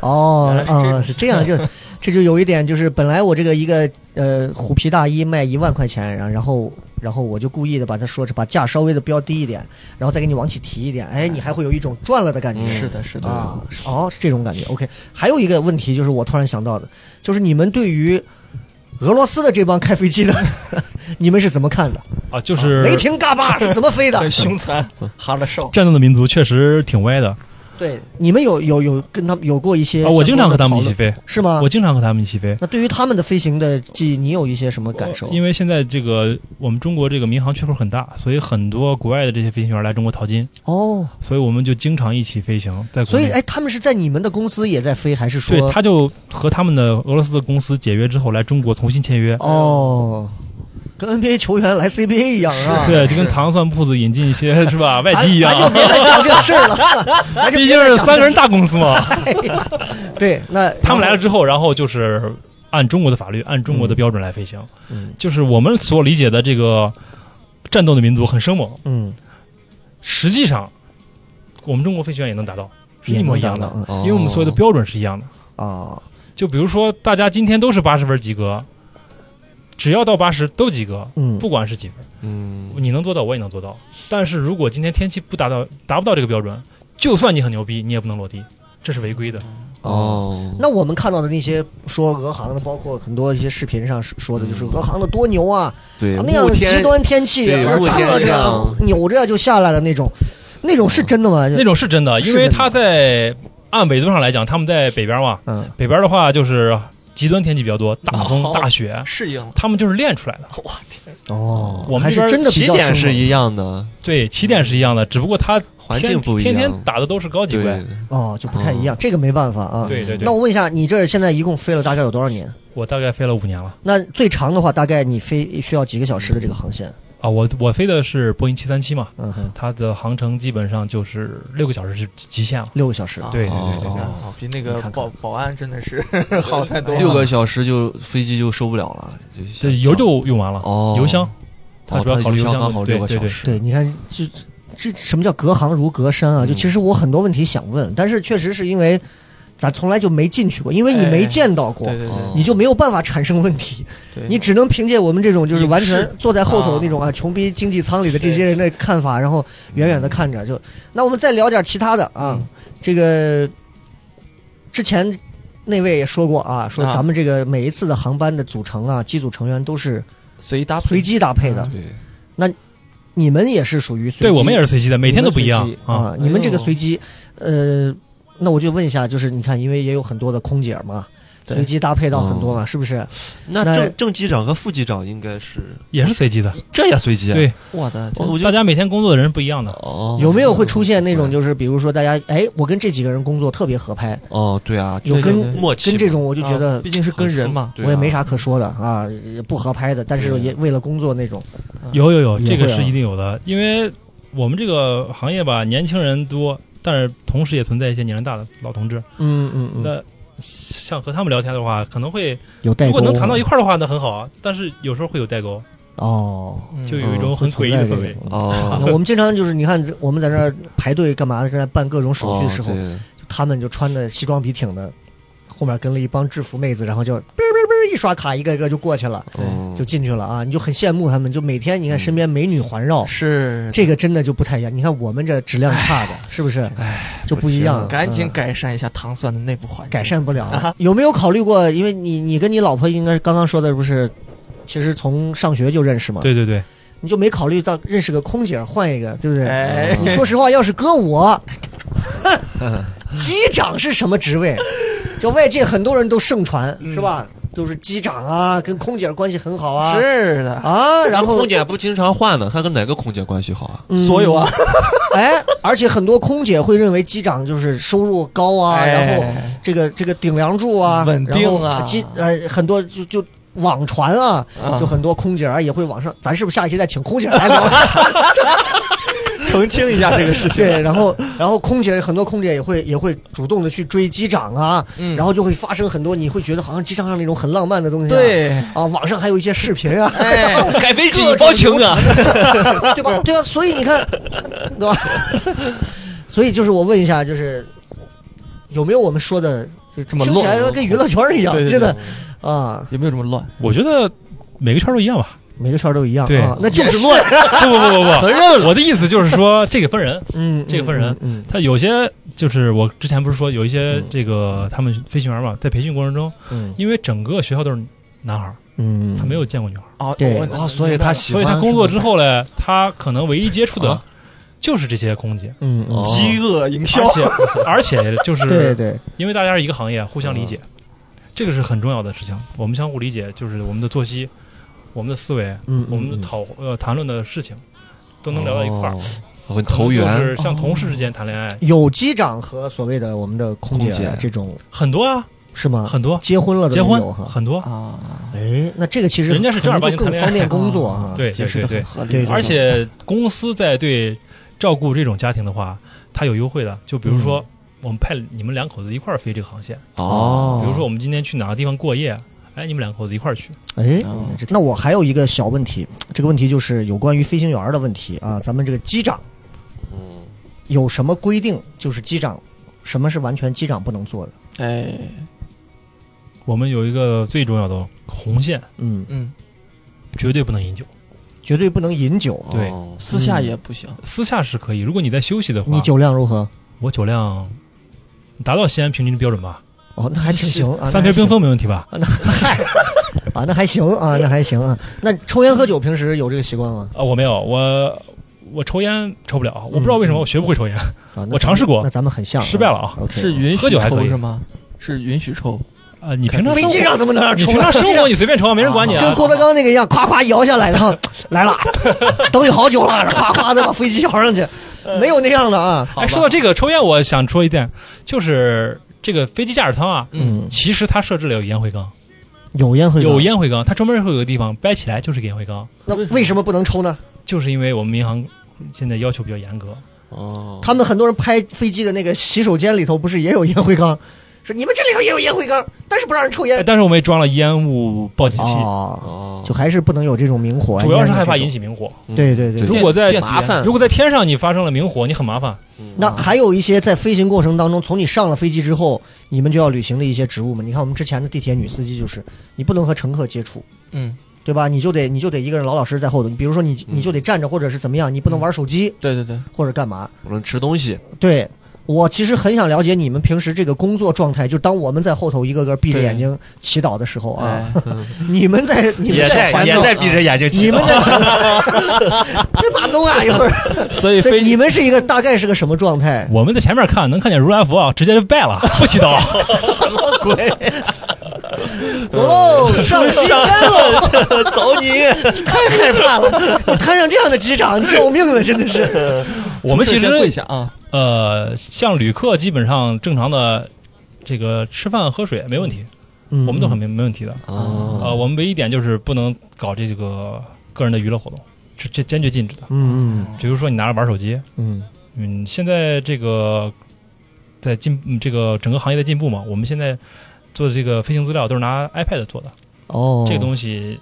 哦
原来是这
啊、
样
是这 样，就这就有一点就是，本来我这个一个呃虎皮大衣卖一万块钱，然后然后然后我就故意的把它说是把价稍微的标低一点，然后再给你往起提一点，
嗯
哎，你还会有一种赚了的感觉。
嗯是的，是的，
啊，是哦，是这种感觉。OK，还有一个问题就是我突然想到的，就是你们对于俄罗斯的这帮开飞机的， 你们是怎么看的？
啊，就是
雷霆嘎巴是怎么飞的？
很凶 残，哈了哨，
战斗的民族确实挺歪的啊！
对，你们有有有跟他们有过一些、
我经常和他们一起，飞，
是吗？
我经常和他们一起飞。
那对于他们的飞行的记忆，你有一些什么感受？
哦因为现在这个我们中国这个民航缺口很大，所以很多国外的这些飞行员来中国淘金，
哦，
所以我们就经常一起飞行。在国
所
内
以哎，他们是在你们的公司也在飞，还是
嗯对，
说
他就和他们的俄罗斯的公司解约之后来中国重新签约，
哦，跟 NBA 球员来 CBA 一样啊？
对，就跟糖蒜铺子引进一些是吧外
咱
籍一
咱就
样，
别再哎讲这个事儿 了，咱就
毕
别
竟
再
是
讲
三个人大公司嘛。
对，那
他们来了之后，然后就是按中国的法律、按中国的标准来飞行。
嗯
就是我们所理解的这个战斗的民族很生猛，
嗯，
实际上我们中国飞行员也能达到，是一模一样的，
啊、
哦
因为我们所有的标准是一样的。
哦
就比如说，大家今天都是八十分及格，只要到八十都及格，
嗯，
不管是几分，
嗯，
你能做到，我也能做到。但是如果今天天气不达到达不到这个标准，就算你很牛逼，你也不能落地，这是违规的。
哦，
那我们看到的那些说俄航的，包括很多一些视频上说的，就是
嗯
俄航的多牛啊，
对
啊那样的
露
极
天
端天气，
对
而
露天
侧
这
着
样
扭着就下来了那种，那种是真的吗？
那种是真的，
嗯
因
是
为
真的
他在按纬度上来讲，他们在北边嘛，
嗯，
北边的话就是极端天气比较多，大风、
哦
大雪，
适应了，
他们就是练出来的。
我天，
哦，
我们
还是
这边
真的比
起
较
点是
生
一样的，
对，起点是一样的，只不过他
环境不一样，
天天打的都是高级怪
对。，
猛哦，就不太一样，这个没办法啊。
对对
那
对，
我问一下，你这现在一共飞了大概有多少年？
我大概飞了五年了
那最长的话，大概你飞需要几个小时的这个航线？
啊！我我飞的是波音七三七嘛，
嗯哼，
它的航程基本上就是六个小时是极限了。
六个小时。
对对
哦
对对对，
哦，比那
你
个
看看哎
保保安真的 是好太多了，哎
六个小时就飞机就受不了了，就
这油就用完了，
哦
油箱它
哦，
主要考虑
油
油箱
刚好
对
六个
对
小
对
时，
对，你看这这什么叫隔行如隔山
嗯
啊？就其实我很多问题想问，但是确实是因为咱从来就没进去过，因为你
哎
没见到过。
对对对
哦
你就没有办法产生问题，
对，
你只能凭借我们这种就是完
影
全
视
坐在后头
啊
那种啊穷逼经济舱里的这些人的看
嗯
法，然后远远的看着就。那我们再聊点其他的啊，
嗯
这个之前那位也说过啊，说
啊
咱们这个每一次的航班的组成啊，机组成员都是
随搭配
随机搭配的，
对，
你们也是属于随机，
嗯对我们也是随机的，每天都不一样
你们随机
啊。哎
啊。你们这个随机，呃，那我就问一下，就是你看，因为也有很多的空姐嘛，
对
随机搭配到很多
嗯
嘛，是不是？
那
那
正正机长和副机长应该是
也是随机的，
这也随机啊，
对，
我的
我我就
大家每天工作的人不一样的，
哦
有没有会出现那种，就是比如说大家，哎，我跟这几个人工作特别合拍，
哦，对啊，
有
这个
跟
默契嘛，
跟这种我就觉得
毕竟是跟人嘛，
对啊
我也没啥可说的啊，也不合拍的，但是也为了工作那种，
有有有，
也
这
会啊
个是一定有的，因为我们这个行业吧，年轻人多，但是同时也存在一些年龄大的老同志，
嗯嗯嗯，
那。像和他们聊天的话，可能会
有代沟。啊
如果能谈到一块儿的话，那很好啊。但是有时候会有代沟，
哦，
嗯
就有一种很诡异的氛围。
哦，
我们经常就是，你看我们在那儿排队干嘛，在那办各种手续的时候
哦，对
他们就穿的西装笔挺的，后面跟了一帮制服妹子，然后就嘣嘣嘣一刷卡，一个一个就过去了，
嗯
就进去了啊！你就很羡慕他们，就每天你看身边美女环绕，
是
这个真的就不太一样。你看我们这质量差的，是不是？就不一样。
赶紧
嗯
改善一下糖蒜的内部环境，
改善不
啊
了。有没有考虑过？因为你你跟你老婆应该刚刚说的不是，其实从上学就认识嘛，
对对对，
你就没考虑到认识个空姐换一个，对不对？
哎
你 说实话，要是搁 我，机长是什么职位？就外界很多人都盛传
嗯
是吧？都是机长啊，跟空姐关系很好啊，
是的，
啊，然后
空姐不经常换呢，她跟哪个空姐关系好 啊？
所有，啊，
嗯 哎，而且很多空姐会认为机长就是收入高啊，然后
哎
这个这个顶梁柱啊，
稳定啊
然后机呃很多就就。网传啊，
啊
就很多空姐儿也会网上，咱是不是下一期再请空姐儿来聊？
澄清一下 这个事情，
对，然后然后空姐很多空姐也会也会主动的去追机长啊，
嗯
然后就会发生很多你会觉得好像机场上那种很浪漫的东西、啊，
对
啊，网上还有一些视频啊，
哎，
改飞机你包情啊！
对吧？对啊，所以你 看，对吧？所以就是我问一下，就是有没有我们说的
就这么
听起来
乱，
跟娱乐圈儿一样，
对对对
真的啊，
有没有这么乱？
我觉得每个圈儿都一样吧。
每个圈儿都一样
对
啊，那就是乱，
不不不不不，我的意思就是说，这个分人，
嗯，
这个分人
嗯，嗯，
他有些就是我之前不是说有一些这个他们飞行员嘛，在培训过程中，
嗯
因为整个学校都是男孩儿，
嗯，
他没有见过女孩儿，
哦，
对
我哦，所以他喜
所
欢，
以他工作之后嘞，他可能唯一接触的
啊
就是这些空姐，
嗯，嗯，
哦
是吧，恶营
而且而且就 是
对对，
因为大家是一个行业，互相理解，这个是很重要的事情。我们相互理解，就是我们的作息、我们的思维、
嗯，
我们的
嗯
讨呃谈论的事情，都能聊到一块儿。
哦，很投
就
缘
是像同事之间谈恋爱，
有机长和所谓的我们的空姐啊
空姐
这种
很多啊，
是吗？
很多
结婚了的
结
也
婚
有哈，
很多，
啊，
哎，那这个其实
人家是
可能
正儿八
就
经
更
谈恋爱
方便工作啊。
对
解
对
释
对
的很
对，
合
对
理，
对
而且公司在对照顾这种家庭的话，它有优惠的，就比如说我们派你们两口子一块儿飞这个航线，
哦
比如说我们今天去哪个地方过夜，哎，你们两口子一块儿去，
哎
哦，
那我还有一个小问题，这个问题就是有关于飞行员儿的问题啊。咱们这个机长
嗯
有什么规定？就是机长什么是完全机长不能做的？
哎，
我们有一个最重要的红线，
嗯，
嗯，
绝对不能饮酒，
绝对不能饮酒。
对
哦
私下也不行，
私下是可以，如果你在休息的话，
你酒量如何？
我酒量达到西安平均的标准吧，
哦，那还挺行啊，
三瓶冰峰没问题吧？
那还行。啊那嗨啊，那还行啊，那还行啊。那抽烟喝酒平时有这个习惯吗？
啊，我没有，我我抽烟抽不了，我不知道为什么我学不会抽烟，
啊，那
我尝试过
那咱们很像啊，
失败了啊。
OK。
是允许
喝酒还可
抽
以
是吗？是允许抽，
啊，你平常
飞
生
机
活
上怎么能让
你
抽
平
呢？
常生 活你随便抽，没人管你
跟
啊。
郭德纲那个一样，夸夸摇下来，然后来了，等你好久了，然后夸夸的把飞机摇上去，
嗯
没有那样的啊。
哎，说到这个抽烟，我想说一点，就是这个飞机驾驶舱啊，
嗯，
其实它设置了有烟灰缸，
有烟会吗
有，烟灰缸，它专门会有个地方掰起来就是个烟灰缸，
那为什么不能抽呢？
就是因为我们民航现在要求比较严格，
哦，
他们很多人拍飞机的那个洗手间里头，不是也有烟灰缸？说你们这里头也有烟灰缸，但是不让人抽
哎
烟。
但是我们也装了烟雾报警器，
呃哦，
哦
就还是不能有这种明火啊，
主要是
烟啊
害怕
这种
引。起明火。
对对对
嗯
如果在
电子
麻烦
如果在天上你发生了明火，你很麻烦。嗯
那还有一些在飞行过程当中，从你上了飞机之后，你们就要履行的一些职务嘛。你看我们之前的地铁女司机就是，你不能和乘客接触，
嗯，
对吧？你就得你就得一个人老老实实在后头，你比如说你
嗯
你就得站着或者是怎么样，你不能玩手机
对对对，
或者干嘛，
不能吃东西，
对。我其实很想了解你们平时这个工作状态，就当我们在后头一个个闭着
对
眼睛祈祷的时候啊，
哎，
你们在你们
也
在
在
前
也
头，
在闭着眼睛
你
祈
们
祷。
在前头， 这咋弄啊？一会儿，
所以
对，
飞
你们是一个大概是个什么状态？
我们在前面看能看见如来佛啊，直接就拜了，不祈 祷。
走喽，上西安喽！
走你！
太害怕了，我摊上这样的机长，要命了，真的是。
我们其
先跪
实
下啊，
呃，像旅客基本上正常的这个吃饭喝水没问题，
嗯
我们都很没没问题的。呃，
哦，
我们唯一一点就是不能搞这个个人的娱乐活动，这这坚决禁止的。
嗯
比如说你拿着玩手机，
嗯嗯
嗯，现在这个在进、嗯这个整个行业的进步嘛，我们现在做的这个飞行资料都是拿 iPad 做的，
哦，
这个东西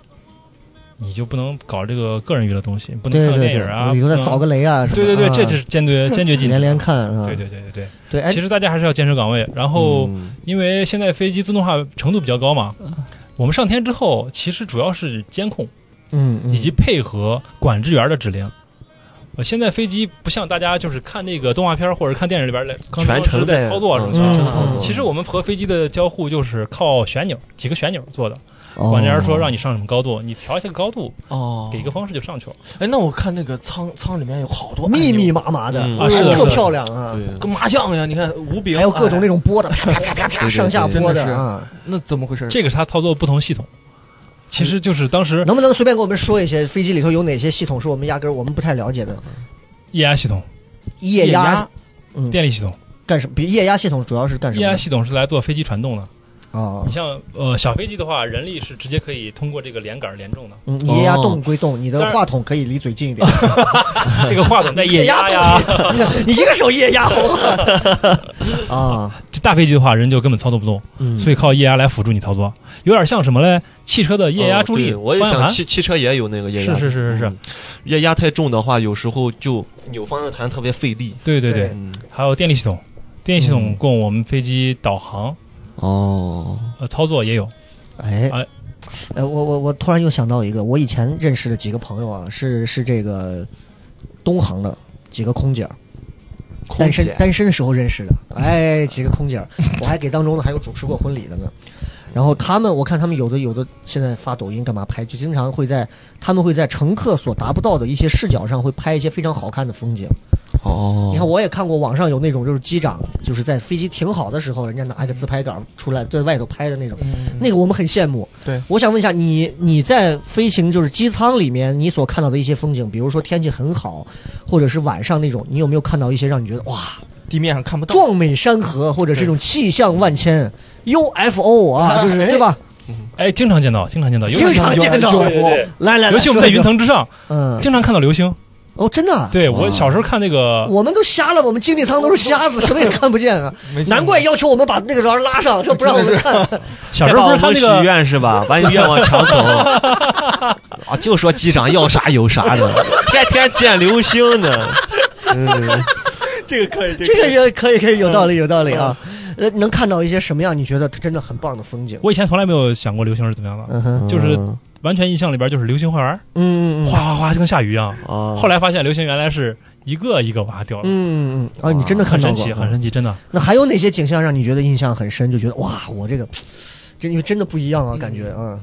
你就不能搞这个个人娱乐东西，不能
对
看个
对
电影
对，
啊，
比如
不
再
能
扫个雷啊什么
对
的，
对对，
啊
这就是坚决坚决禁止的
连连。看啊，
对对对对对，
对，哎
其，实大家还是要坚守岗位，然后
嗯
因为现在飞机自动化程度比较高嘛，我们上天之后，其实主要是监控。
嗯，嗯
以及配合管制员的指令。呃，现在飞机不像大家就是看那个动画片或者看电影里边来
全程
在操作什
嗯
么
全
的。
程操作。
其实我们和飞机的交互就是靠旋钮，几个旋钮做的。
哦
管制员说让你上什么高度，你调一下高度，
哦
给一，个方式就上去了。
哎，那我看那个舱舱里面有好多
密
按钮
密麻麻的
嗯
啊是的
特
是的
漂亮啊，
对
跟麻将一样，你看五饼，
还有各种那
种，
种拨的，啪啪啪啪啪
对对
上下拨
真的是
啊，
那怎么回事？
这个是他操作不同系统。其实就是当时
能不能随便给我们说一些飞机里头有哪些系统是我们压根儿我们不太了解的？
液压 E 系统、
液压
压
嗯
电力系统。
干什么？比液压系统主要是干什么
液压
的？
系统是来做飞机传动的。
啊
你，像呃小飞机的话，人力是直接可以通过这个连杆连中的。
嗯你液压
哦
动归动，你的
但是
话筒可以离嘴近一点，
这个话筒带液压呀，
你一个手液压好吧 啊，
这大飞机的话人就根本操作不动。
嗯
所以靠液压来辅助你操作，有点像什么嘞？汽车的液压
哦
助力
对我
方
也
向
想，
盘，
汽汽车也有那个液压，
是是是是是
嗯，液压太重的话，有时候就扭方向盘特别费力。
对对
对嗯
对。
嗯，
还有电力系统，电力系统供我们飞机导航、
哦，
呃操作也有。
哎
哎，
哎，我我我突然又想到一个，我以前认识的几个朋友啊，是是这个东航的几个空姐儿，单身单身的时候认识的，哎，几个空姐儿，我还给当中呢还有主持过婚礼的呢。然后他们，我看他们有的有的现在发抖音干嘛拍，就经常会在他们会在乘客所达不到的一些视角上，会拍一些非常好看的风景。
哦，
你看，我也看过网上有那种就是机长就是在飞机停好的时候，人家拿一个自拍杆出来在外头拍的那种，
嗯
那个我们很羡慕。
对，
我想问一下你，你在飞行就是机舱里面，你所看到的一些风景，比如说天气很好，或者是晚上那种，你有没有看到一些让你觉得哇，
地面上看不到，
壮美山河，或者是这种气象万千，UFO 啊，就是对吧？
哎，经常见到，经常见到，尤
经常见到
对对
UFO
对。
来来来，
尤其我们在
说
云
一说，
腾之上，
嗯，
经常看到流星。
哦，真的啊，
对
哇
我小时候看那个，
我们都瞎了，我们经济舱都是瞎 子，什么也看不见啊，
没见过
难怪要求我们把那个栏拉上，这不让我们看。
小时候不
再把我
是
们
看那
许
个，
愿是 吧？把你愿望抢走啊！就说机长要啥有啥的，天天见流星呢。
这个也可以，可以有道理，有道理啊。
嗯
呃，能看到一些什么样你觉得真的很棒的风景？
我以前从来没有想过流星是怎么样的，
嗯哼，
就是完全印象里边就是流星花园，
嗯嗯
哗
嗯
哗哗就跟下雨一样。
啊，
后来发现流星原来是一个一个往下掉的，
嗯嗯嗯啊，你真的看
很
到
神
过
奇，？很神奇，真的。
那还有哪些景象让你觉得印象很深？就觉得哇，我 这个，这因为真的不一样啊，感觉啊，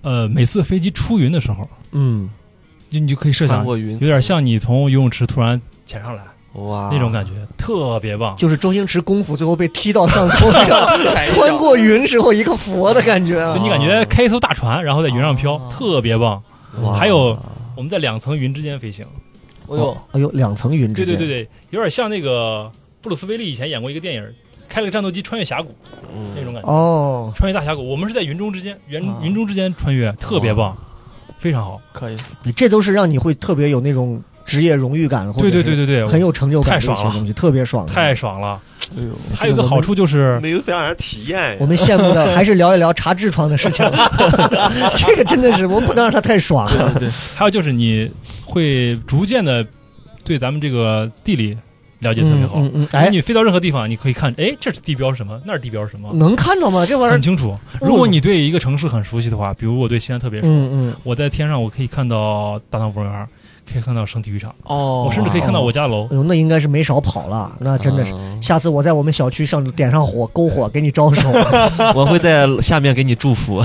呃，每次飞机出云的时候，
嗯。
就你就可以设
穿
想
过云，啊
有点像你从游泳池突然潜上来
哇
那种感觉，特别棒。
就是周星驰功夫最后被踢到上空， 穿过云时候一个佛的感觉啊
就！你感觉开一艘大船，然后在云上飘，特别棒。
哇
还有我们在两层云之间飞行，
哎呦，
哎呦，两层云之间，
对对对对，有点像那个布鲁斯威利以前演过一个电影，开了个战斗机穿越峡谷
嗯
那种感觉，
哦，
穿越大峡谷。我们是在云中之间，云
啊
云中之间穿越，特别棒，非常好。
可以，
这都是让你会特别有那种职业荣誉感，或者
对对
是
对对对，
很有成就感的
太爽
一些
了
东西，特别爽，
太。爽了。
哎呦，
还有一个好处就是，
没有非常人体验
我们羡慕的还是聊一聊查痔疮的事 情，这个真的是我们不能让它太爽啊了。
还有就是你会逐渐的对咱们这个地理了解特别
嗯
好。
嗯嗯，哎，
你飞到任何地方，你可以看，哎，这是地标是什么，那是地标是什么，
能看到吗？这玩意
很
儿，
清楚。如果你对一个城市很熟悉的话，比如我对西安特别熟，
嗯嗯，
我在天上我可以看到大唐芙蓉园，可以看到省体育场，
哦
我甚至可以看到我家楼。
哎呦，那应该是没少跑了，那真
啊
的是。下次我在我们小区上点上火，篝火给你招手。
我会在下面给你祝福。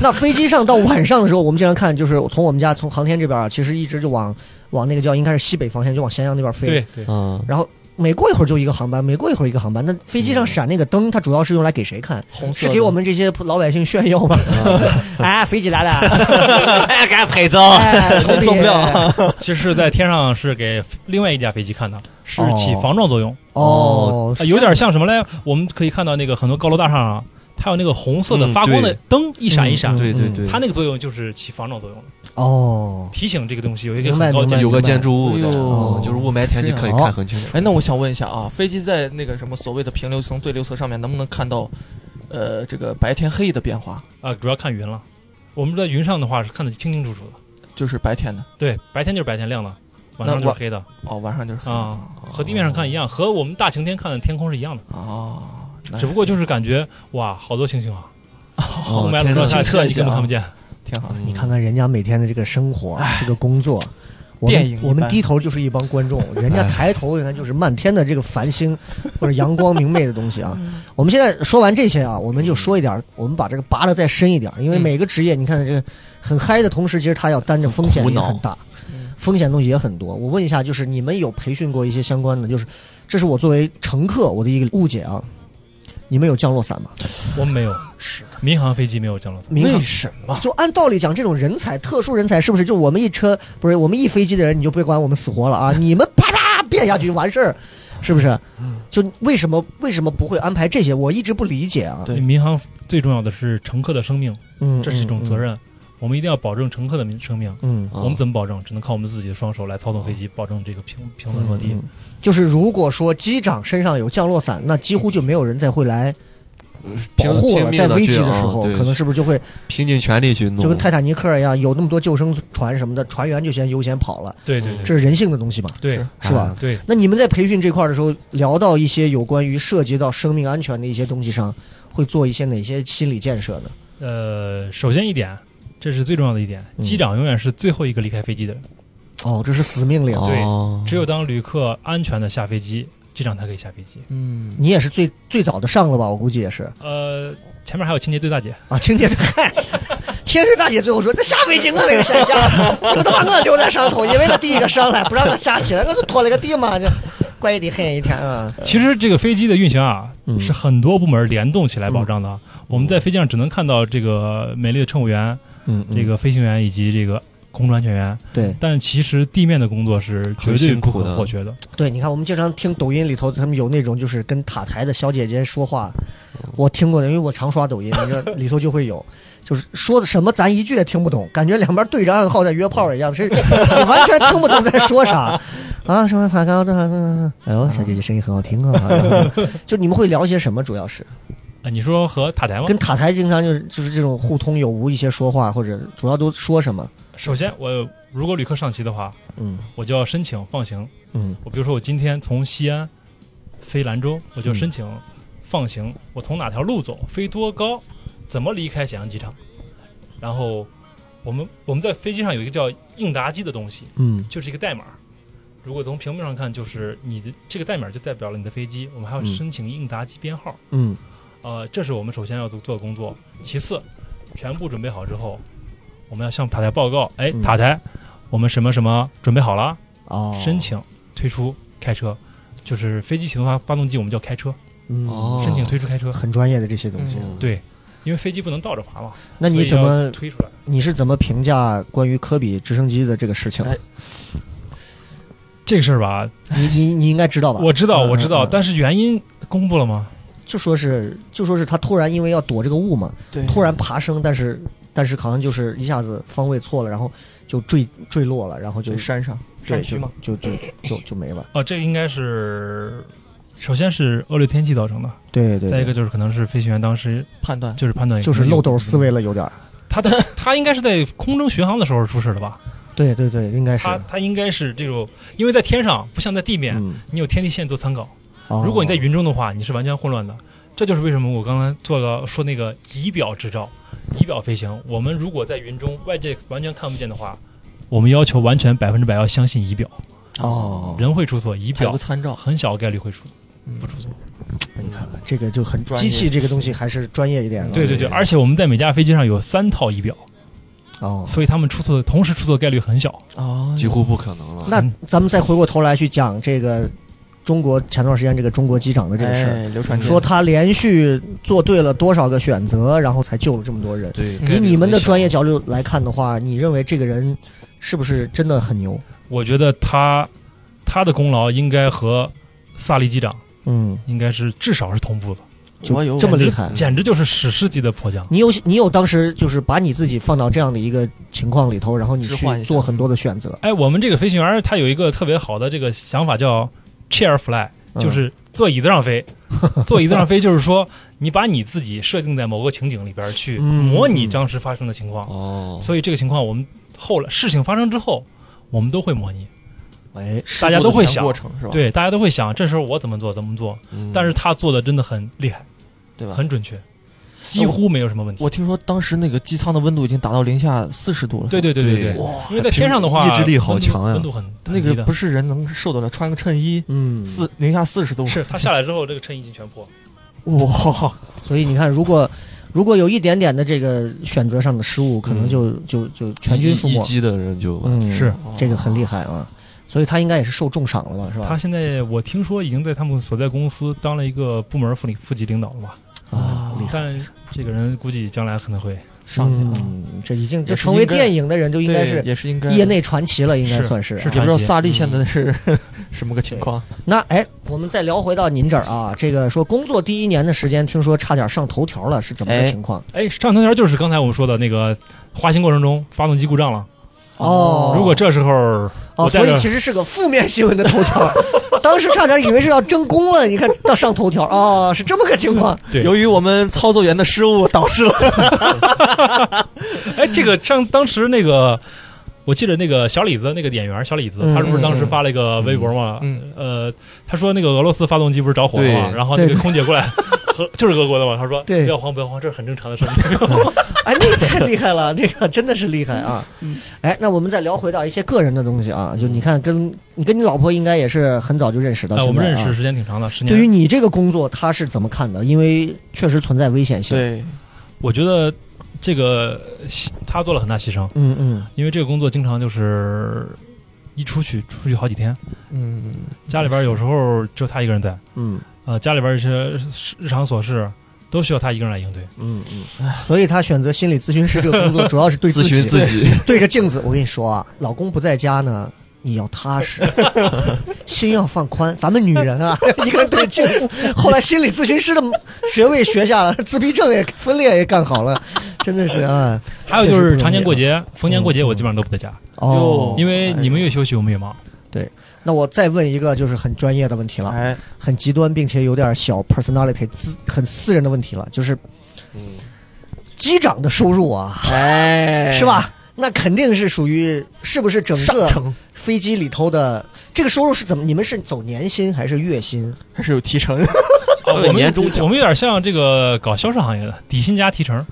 那飞机上到晚上的时候，我们经常看，就是从我们家从航天这边啊，其实一直就往往那个叫应该是西北方向，就往咸阳那边飞。
对 对，
嗯，
然后每过一会儿就一个航班，每过一会儿一个航班。那飞机上闪那个灯，它主要是用来给谁看？
红色
是
的
给我们这些老百姓炫耀吗？ 哎，飞机来了，
哎，给俺拍
啊
照。
哎，牛逼
受不了。
其实是在天上是给另外一架飞机看的，是起防撞作用，
哦，
啊有点像什么嘞？我们可以看到那个很多高楼大厦上，它有那个红色的
嗯
发光的
对
灯一闪一
嗯
闪，
对对
嗯
对，
它那个作用就是起防撞作用，
哦。
提醒这个东西有一个
明白
很高
明白
建
有
筑。
个建筑物在，
哎呦
嗯就是雾霾天气可以看很清楚。
哎，那我想问一下啊，飞机在那个什么所谓的平流层、对流层上面，能不能看到，呃，这个白天黑夜的变化？
啊，主要看云了。我们在云上的话是看得清清楚楚的，
就是白天的
对，白天就是白天亮的，晚上
那
就是
晚
黑的
哦，晚上就是黑的
啊，和地面上看一样，和我们大晴天看的天空是一样的，
哦，那
只不过就是感觉哇，好多星星啊，
哦
雾霾笼
天
罩
上
下
清澈一
你
些
根本
啊
看不见。
挺好的。
你看看人家每天的这个生活，这个工作。我
电影
们
一般
我们低头就是一帮观众，人家抬头你看就是漫天的这个繁星或者阳光明媚的东西啊。 我们现在说完这些啊，我们就说一
嗯
点儿，我们把这个拔的再深一点儿，因为每个职业你看这个很嗨的同时，其实他要担着风险
苦
也
恼
很大，
嗯
风险东西也很多。我问一下，就是你们有培训过一些相关的？就是这是我作为乘客我的一个误解啊。你们有降落伞吗？
我们没有，是民航飞机没有降落伞，
民航
什么？
就按道理讲，这种人才、特殊人才，是不是就我们一车不是我们一飞机的人，你就别管我们死活了啊？你们啪啪变下去就完事儿，是不是？就为什么为什么不会安排这些？我一直不理解啊。
对
民航最重要的是乘客的生命，
嗯，
这是一种责
任。
任，我们一定要保证乘客的民生命。
嗯，
嗯
我们怎么保证？只能靠我们自己的双手来操纵飞机，保证这个平平稳落地。
嗯就是如果说机长身上有降落伞，那几乎就没有人再会来保
拼
护
拼
了。
命
在
地
危
去
机的
啊
时候，
对
可能是不是就会
拼尽全力去弄，哎
就跟泰坦尼克一样，有那么多救生船什么的，船员就先优先跑了，
对对对
这是人性的东西嘛，
对
是吧？
啊
对，
那你们在培训这块儿的时候，聊到一些有关于涉及到生命安全的一些东西上，会做一些哪些心理建设呢？
呃，首先一点，这是最重要的一点，
嗯
机长永远是最后一个离开飞机的人，
哦，这是死命令，
对
哦
只有当旅客安全的下飞机，机长才可以下飞机。
嗯，
你也是最最早的上了吧？我估计也是
呃，前面还有清洁队大姐，
啊。清洁嗨，清洁大姐最后说：“那下飞机我那个先下，我他妈我留在上头，因为我第一个上来，不让我下去了，我就拖了个地嘛，这怪得很一天啊。
呃
其实这个飞机的运行啊，
嗯
是很多部门联动起来保障的。
嗯
我们在飞机上只能看到这个美丽的乘务员、”
嗯
这个飞行员以及这个空中安全员，
对
但其实地面的工作是绝
很
对
辛
不
苦
可
的
或缺的。
对，你看我们经常听抖音里头，他们有那种就是跟塔台的小姐姐说话，我听过的，因为我常刷抖音，你这里头就会有，就是说的什么咱一句也听不懂，感觉两边对着暗号在约炮一样，是我完全听不懂在说啥啊？什么反刚的？嗯哎呦，小姐姐声音很好听啊！然后 就你们会聊些什么？主要是
啊，你说和塔台吗？
跟塔台经常就是就是这种互通有无一些说话，或者主要都说什么？
首先，我如果旅客上旗的话，
嗯
我就要申请放行。
嗯
我比如说，我今天从西安飞兰州，我就申请放行。我从哪条路走，飞多高，怎么离开咸阳机场？然后，我们我们在飞机上有一个叫应答机的东西，
嗯
就是一个代码。如果从屏幕上看，就是你的这个代码就代表了你的飞机。我们还要
嗯
申请应答机编号。
嗯
呃，这是我们首先要做做的工作。其次，全部准备好之后，我们要向塔台报告，哎
嗯，
塔台，我们什么什么准备好了，
哦，
申请推出开车，就是飞机启动发发动机，我们叫开车，
嗯
哦
申请推出开车。
很专业的这些东西。
嗯
对，因为飞机不能倒着爬嘛，
那你
所以
怎
要
么
推出来？
你是怎么评价关于科比直升机的这个事情？
哎
这个事儿吧，
你你你应该知道吧？
哎我知道，
嗯
我知道，
嗯嗯
但是原因公布了吗？
就说是就说是他突然因为要躲这个雾
嗯
嘛，
对，
突然爬升，但是但是好像就是一下子方位错了，然后就坠坠落了，然后就
对山上
对
山区
就
嘛，
就就就就没了。
哦，这个应该是，首先是恶劣天气造成的，
对对，
再一个就是可能是飞行员当时
判断
就是判断
就是
可能有
漏斗思维了，有点儿。
他的他应该是在空中巡航的时候出事的吧？
对对对，应该是。
他他应该是这种，因为在天上不像在地面，
嗯，
你有天地线做参考。
哦
如果你在云中的话，你是完全混乱的。这就是为什么我刚才做个说那个仪表执照，仪表飞行。我们如果在云中，外界完全看不见的话，我们要求完全百分之百要相信仪表，
哦，
人会出错，仪
还有
表
个参照，嗯
很小概率会出不出错。
你看看这个就很
专业
机器这个东西还是专业一点了。
对对对，而且我们在每架飞机上有三套仪表，
哦，
所以他们出错同时出错概率很小。
哦，
几乎不可能了。
那咱们再回过头来去讲这个中国前段时间这个中国机长的这个事儿，嗯
哎，流传
说他连续做对了多少个选择，然后才救了这么多人。
对，
嗯
概率
以你们的
很小
专业角度来看的话，你认为这个人是不是真的很牛？
我觉得他他的功劳应该和萨利机长
嗯，
应该是至少是同步的，
就
我有
嗯这么厉害。
简直就是史诗级的迫降。
你有你有当时就是把你自己放到这样的一个情况里头，然后你
置换一
去
下
做很多的选择，
哎，我们这个飞行员儿他有一个特别好的这个想法叫 chair fly，
嗯
就是坐椅子上飞。坐椅子上飞就是说，你把你自己设定在某个情景里边儿去
嗯
模拟当时发生的情况。
哦，
所以这个情况我们后来事情发生之后，我们都会模拟。
哎，
事故
大家
的
都会
全
想
过程是吧？
对，大家都会想这时候我怎么做怎么做，
嗯
但是他做的真的很厉害，
对吧？
很准确，几乎没有什么问题。
我听说当时那个机舱的温度已经达到零下四十度了，
对对对对
对
对，因为在天上的话，
意志力好强呀
温度温度很
那个不
是
是人能受得了，穿个衬衣
嗯，
四零下四十度，
是他下来之后，这个衬衣已经全破了。
哇，
所以你看，如果如果有一点点的这个选择上的失误，可能就、就就全军覆
一一
没。
击的人就
嗯，
是
哦
这个很厉害啊，所以他应该也是受重赏了嘛，是
他
吧？
现在我听说已经在他们所在公司当了一个部门副领副级领导了吧？
啊，厉害。
但这个人估计将来可能会
上去了
嗯，这已经这
也是
成为
应该
电影的人，就应该
对
是
也是应该
业内传奇了，应该
是
算是。
是
啊
也不知道
传奇
萨利
嗯
现在是 什么个情况，
那哎，我们再聊回到您这儿啊，这个说工作第一年的时间，听说差点上头条了，是怎么个
哎
情况？
哎，上头条就是刚才我们说的那个滑行过程中发动机故障了。
哦，
如果这时候
哦，
我在
所
这
以
儿
其实是个负面新闻的头条，当时差点以为是要争功了，你看到上头条哦，是这么个情况。
对
由于我们操作员的失误导致了，
哎，这个上当时那个，我记得那个小李子那个演员小李子，
嗯
他不是当时发了一个微博嘛？
嗯
呃，他说那个俄罗斯发动机不是着火了嘛？
对
然后那
对
个空姐过来， 和就是俄国的嘛，他说
对
不要慌不要慌，这是很正常的事儿。
哎，那个太厉害了，那个真的是厉害啊！
嗯
哎，那我们再聊回到一些个人的东西啊，就你看跟，你跟你老婆应该也是很早就认识到
哎，我
现在
们
啊
认识。时间挺长的，十年。
对于你这个工作，她是怎么看的？因为确实存在危险性。
对，
我觉得这个牺他做了很大牺牲，
嗯嗯，
因为这个工作经常就是一出去出去好几天，
嗯，
家里边有时候只有他一个人在，
嗯
呃，家里边一些日常琐事都需要他一个人来应对。
嗯嗯，所以她选择心理咨询师这个工 作，主要是对
咨询自
己，
己，
对着镜子。我跟你说啊，老公不在家呢，你要踏实， 心要放宽。咱们女人啊， 一个人对着镜子。后来心理咨询师的学位学下了，自闭症也分裂也干好了，真的是啊。
还有就
确实不
是
容易
常年过
啊
节、逢年过节，我基本上都不在家，
哦
哦，
因为你们越休息，我们越忙。
那我再问一个就是很专业的问题了，
哎，
很极端并且有点小 personality 私很私人的问题了，就是
嗯
机长的收入啊，
哎，
是？吧？那肯定是属于是不是整
上
个
乘
飞机里头的这个收入是怎么？你们是走年薪还是月薪？
还是有提成，
啊，我们
年终奖
我们有点像这个搞销售行业的底薪加提成，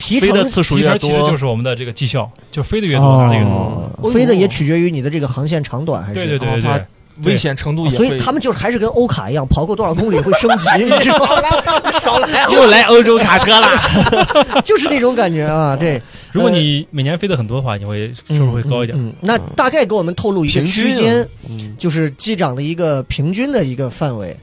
提
飞
成
的次数
提
越
成其实就
多，
是我们的这个绩效，就飞得越多拿的越多。
哦，飞的也取决于你的这个航线长短还是？
对对对对
哦
对，
危险程度
哦
也
所
会，
以他们就是还是跟欧卡一样，跑够多少公里会升级，你知道吗？少来，
又来欧洲卡车了。
就是那种感觉啊。对，
如果你每年飞得很多的话，你会收入会高一点。
嗯，嗯那大概给我们透露一个
平均
区
啊
间，
嗯，
就是机长的一个平均的一个范围，